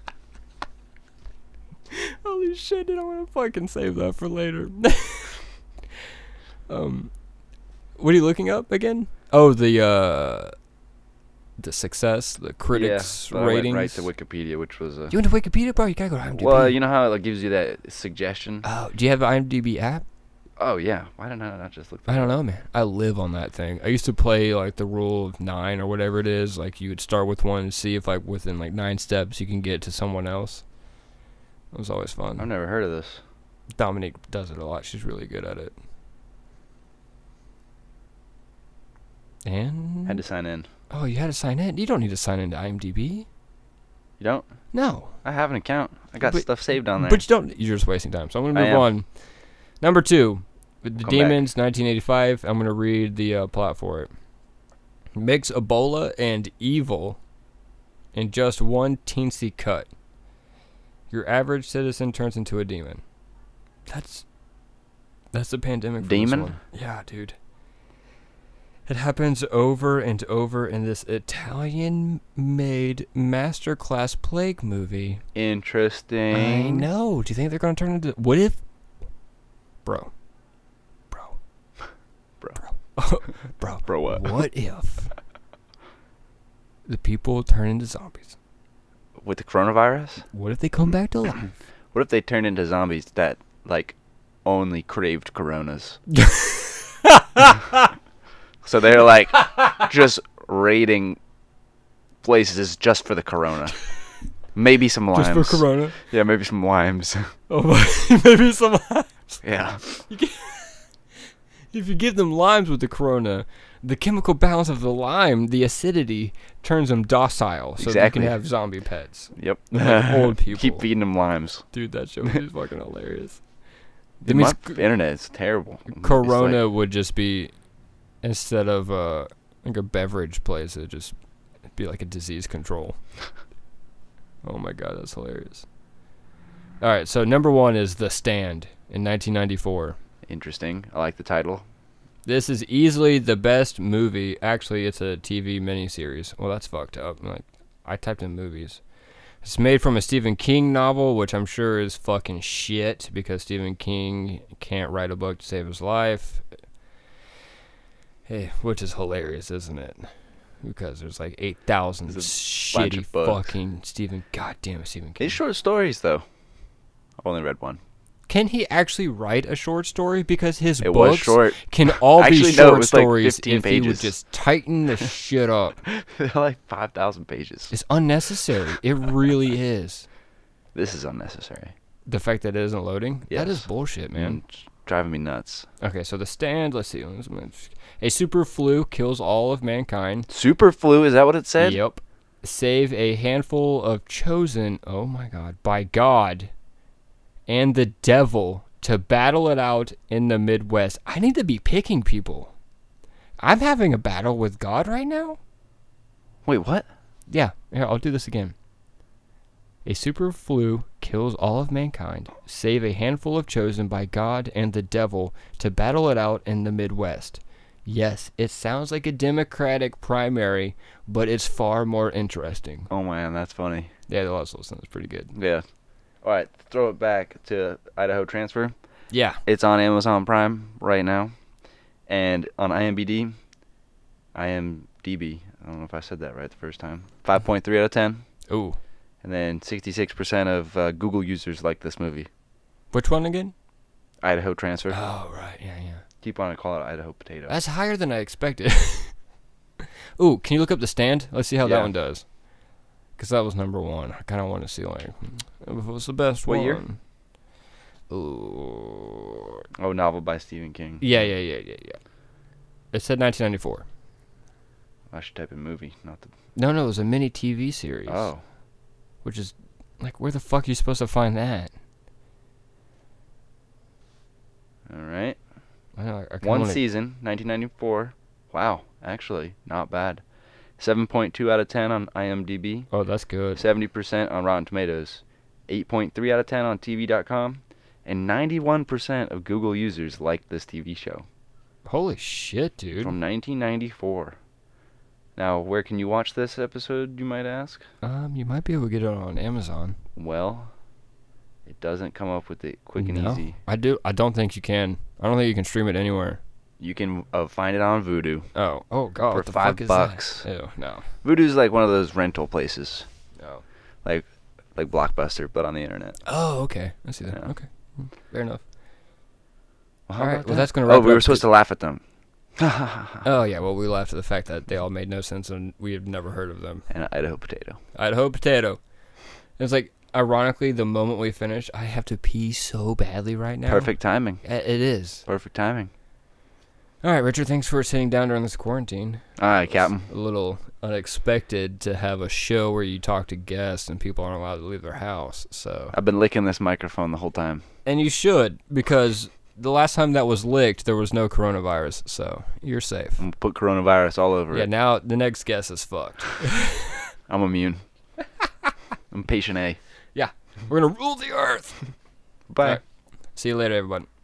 Speaker 1: Holy shit! Did I want to fucking save that for later? um, what are you looking up again? Oh, the uh, the success, the critics
Speaker 2: yeah, but
Speaker 1: ratings.
Speaker 2: I went right to Wikipedia, which was a.
Speaker 1: You went to Wikipedia, bro? You gotta go to IMDb.
Speaker 2: Well, you know how it like, gives you that suggestion.
Speaker 1: Oh, do you have an IMDb app?
Speaker 2: Oh yeah. Why didn't I not just look?
Speaker 1: I don't know, man. I live on that thing. I used to play like the rule of nine or whatever it is. Like you would start with one and see if like within like nine steps you can get to someone else. It was always fun.
Speaker 2: I've never heard of this.
Speaker 1: Dominique does it a lot. She's really good at it. And
Speaker 2: Had to sign in.
Speaker 1: oh, you had to sign in. You don't need to sign into IMDb.
Speaker 2: You don't?
Speaker 1: No,
Speaker 2: I have an account. I got
Speaker 1: But-
Speaker 2: stuff saved on there.
Speaker 1: But you don't. You're just wasting time. So I'm gonna
Speaker 2: I
Speaker 1: move
Speaker 2: am.
Speaker 1: on. Number two, with the
Speaker 2: Come back.
Speaker 1: demons, 1985. I'm gonna read the uh, plot for it. Makes Ebola and evil in just one teensy cut. Your average citizen turns into a demon. That's that's the pandemic. For this
Speaker 2: Demon?
Speaker 1: one. Yeah, dude. It happens over and over in this Italian-made masterclass plague movie
Speaker 2: Interesting.
Speaker 1: I know. Do you think they're gonna turn into? What if, bro, bro,
Speaker 2: Bro.
Speaker 1: bro, bro,
Speaker 2: Bro, what?
Speaker 1: What if the people turn into zombies?
Speaker 2: with the coronavirus?
Speaker 1: What if they come back to life?
Speaker 2: What if they turned into zombies that like only craved coronas? so they're like just raiding places just for the corona. Maybe some limes.
Speaker 1: Just for Corona?
Speaker 2: Yeah, maybe some limes.
Speaker 1: Oh my! Maybe some limes.
Speaker 2: yeah.
Speaker 1: If you give them limes with the Corona, the chemical balance of the lime, the acidity, turns them docile, so
Speaker 2: Exactly.
Speaker 1: they can have zombie pets.
Speaker 2: Yep.
Speaker 1: Like old people.
Speaker 2: Keep feeding them limes.
Speaker 1: Dude, that show is fucking hilarious. That
Speaker 2: Dude,
Speaker 1: means
Speaker 2: my
Speaker 1: c-
Speaker 2: internet is terrible. It's like-
Speaker 1: Corona would just be instead of uh, like a beverage place, it'd just be like a disease control. oh my god, that's hilarious. All right, so number one is The Stand in 1994.
Speaker 2: interesting. I like the title.
Speaker 1: This is easily the best movie. Actually, it's a TV miniseries. Well, that's fucked up. Like, I typed in movies. It's made from a Stephen King novel, which I'm sure is fucking shit because Stephen King can't write a book to save his life. Hey, which is hilarious, isn't it? Because there's like 8,000
Speaker 2: There's a bunch
Speaker 1: shitty
Speaker 2: of books.
Speaker 1: fucking Stephen, goddamn Stephen King.
Speaker 2: It's short stories though. I've only read one.
Speaker 1: Can he actually write a short story? Because his
Speaker 2: It was
Speaker 1: books
Speaker 2: short.
Speaker 1: can all be
Speaker 2: Actually, no, it
Speaker 1: short
Speaker 2: was like
Speaker 1: stories
Speaker 2: 15
Speaker 1: if he would
Speaker 2: pages.
Speaker 1: just tighten the shit up.
Speaker 2: They're like five thousand pages.
Speaker 1: It's unnecessary. It really is.
Speaker 2: This is unnecessary.
Speaker 1: The fact that it isn't loading, that is
Speaker 2: Yes. Mm-hmm.
Speaker 1: bullshit, man.
Speaker 2: Man, driving me nuts.
Speaker 1: Okay, so the stand. Let's see. let's- let's- A super flu kills all of mankind.
Speaker 2: Super flu, is that what it said?
Speaker 1: Yep. Save a handful of chosen. Oh my God! By God, and the devil to battle it out in the Midwest. I need to be picking people. I'm having a battle with God right now.
Speaker 2: Wait, what?
Speaker 1: Yeah, here, I'll do this again. A super flu kills all of mankind, save a handful of chosen by God and the devil to battle it out in the Midwest. Yes, it sounds like a Democratic primary, but it's far more interesting.
Speaker 2: Oh man, that's funny.
Speaker 1: Yeah, the last sounds pretty good.
Speaker 2: Yeah. All right, throw it back to Idaho Transfer.
Speaker 1: Yeah.
Speaker 2: It's on Amazon Prime right now, and on IMBD, IMDb. I don't know if I said that right the first time. Five point three out of ten,
Speaker 1: Ooh.
Speaker 2: and then sixty-six percent of uh, Google users like this movie.
Speaker 1: Which one again?
Speaker 2: Idaho Transfer.
Speaker 1: Oh, right. Yeah, yeah.
Speaker 2: Keep on call it Idaho Potato.
Speaker 1: That's higher than I expected. Ooh, can you look up the stand? Let's see how that
Speaker 2: Yeah.
Speaker 1: one does. Because that was number one. I kind of want to see like hmm, if it was the best
Speaker 2: What
Speaker 1: one.
Speaker 2: year?
Speaker 1: Ooh.
Speaker 2: Oh, novel by Stephen King.
Speaker 1: Yeah, yeah, yeah, yeah, yeah. It said 1994.
Speaker 2: I should type in movie, not the.
Speaker 1: No, no, it was a mini TV series.
Speaker 2: Oh,
Speaker 1: Which is like, where the fuck are you supposed to find that?
Speaker 2: all right.
Speaker 1: I know, I, I kinda
Speaker 2: One
Speaker 1: wanna-
Speaker 2: season, 1994. Wow, actually, not bad. 7.2 out of 10 on IMDb,
Speaker 1: Oh, that's good.
Speaker 2: 70% on Rotten Tomatoes, 8.3 out of 10 on TV.com, and 91% of Google users liked this TV show
Speaker 1: Holy shit, dude.
Speaker 2: from 1994. Now, where can you watch this episode, you might ask?
Speaker 1: Um, you might be able to get it on Amazon.
Speaker 2: Well, it doesn't come up with it quick and
Speaker 1: No.
Speaker 2: easy.
Speaker 1: I do. I don't think you can. I don't think you can stream it anywhere.
Speaker 2: You can uh, find it on Vudu.
Speaker 1: Oh, oh god,
Speaker 2: For
Speaker 1: what the
Speaker 2: five
Speaker 1: fuck is
Speaker 2: bucks.
Speaker 1: That? Ew, no.
Speaker 2: Voodoo's like one of those rental places.
Speaker 1: Oh.
Speaker 2: Like like Blockbuster, but on the internet.
Speaker 1: Oh, okay. I see that.
Speaker 2: Yeah.
Speaker 1: Okay, Mm, fair enough.
Speaker 2: Well,
Speaker 1: All right. Well, that's gonna. Wrap
Speaker 2: Oh, we
Speaker 1: it
Speaker 2: were
Speaker 1: up
Speaker 2: supposed to laugh at them.
Speaker 1: to. Oh yeah. Well, we laughed at the fact that they all made no sense and we had never heard of them.
Speaker 2: And Idaho potato.
Speaker 1: Idaho potato. It's like ironically, the moment we finish, I have to pee so badly right now.
Speaker 2: Perfect timing.
Speaker 1: I- It is.
Speaker 2: Perfect timing.
Speaker 1: All right, Richard. Thanks for sitting down during this quarantine.
Speaker 2: All right, Captain.
Speaker 1: A little unexpected to have a show where you talk to guests and people aren't allowed to leave their house. So
Speaker 2: I've been licking this microphone the whole time.
Speaker 1: And you should, because the last time that was licked, there was no coronavirus, so you're safe.
Speaker 2: I'm gonna put coronavirus all over
Speaker 1: Yeah,
Speaker 2: it.
Speaker 1: now the next guess is fucked.
Speaker 2: I'm immune. I'm patient A.
Speaker 1: We're gonna rule the earth.
Speaker 2: Bye.
Speaker 1: Alright. See you later, everyone.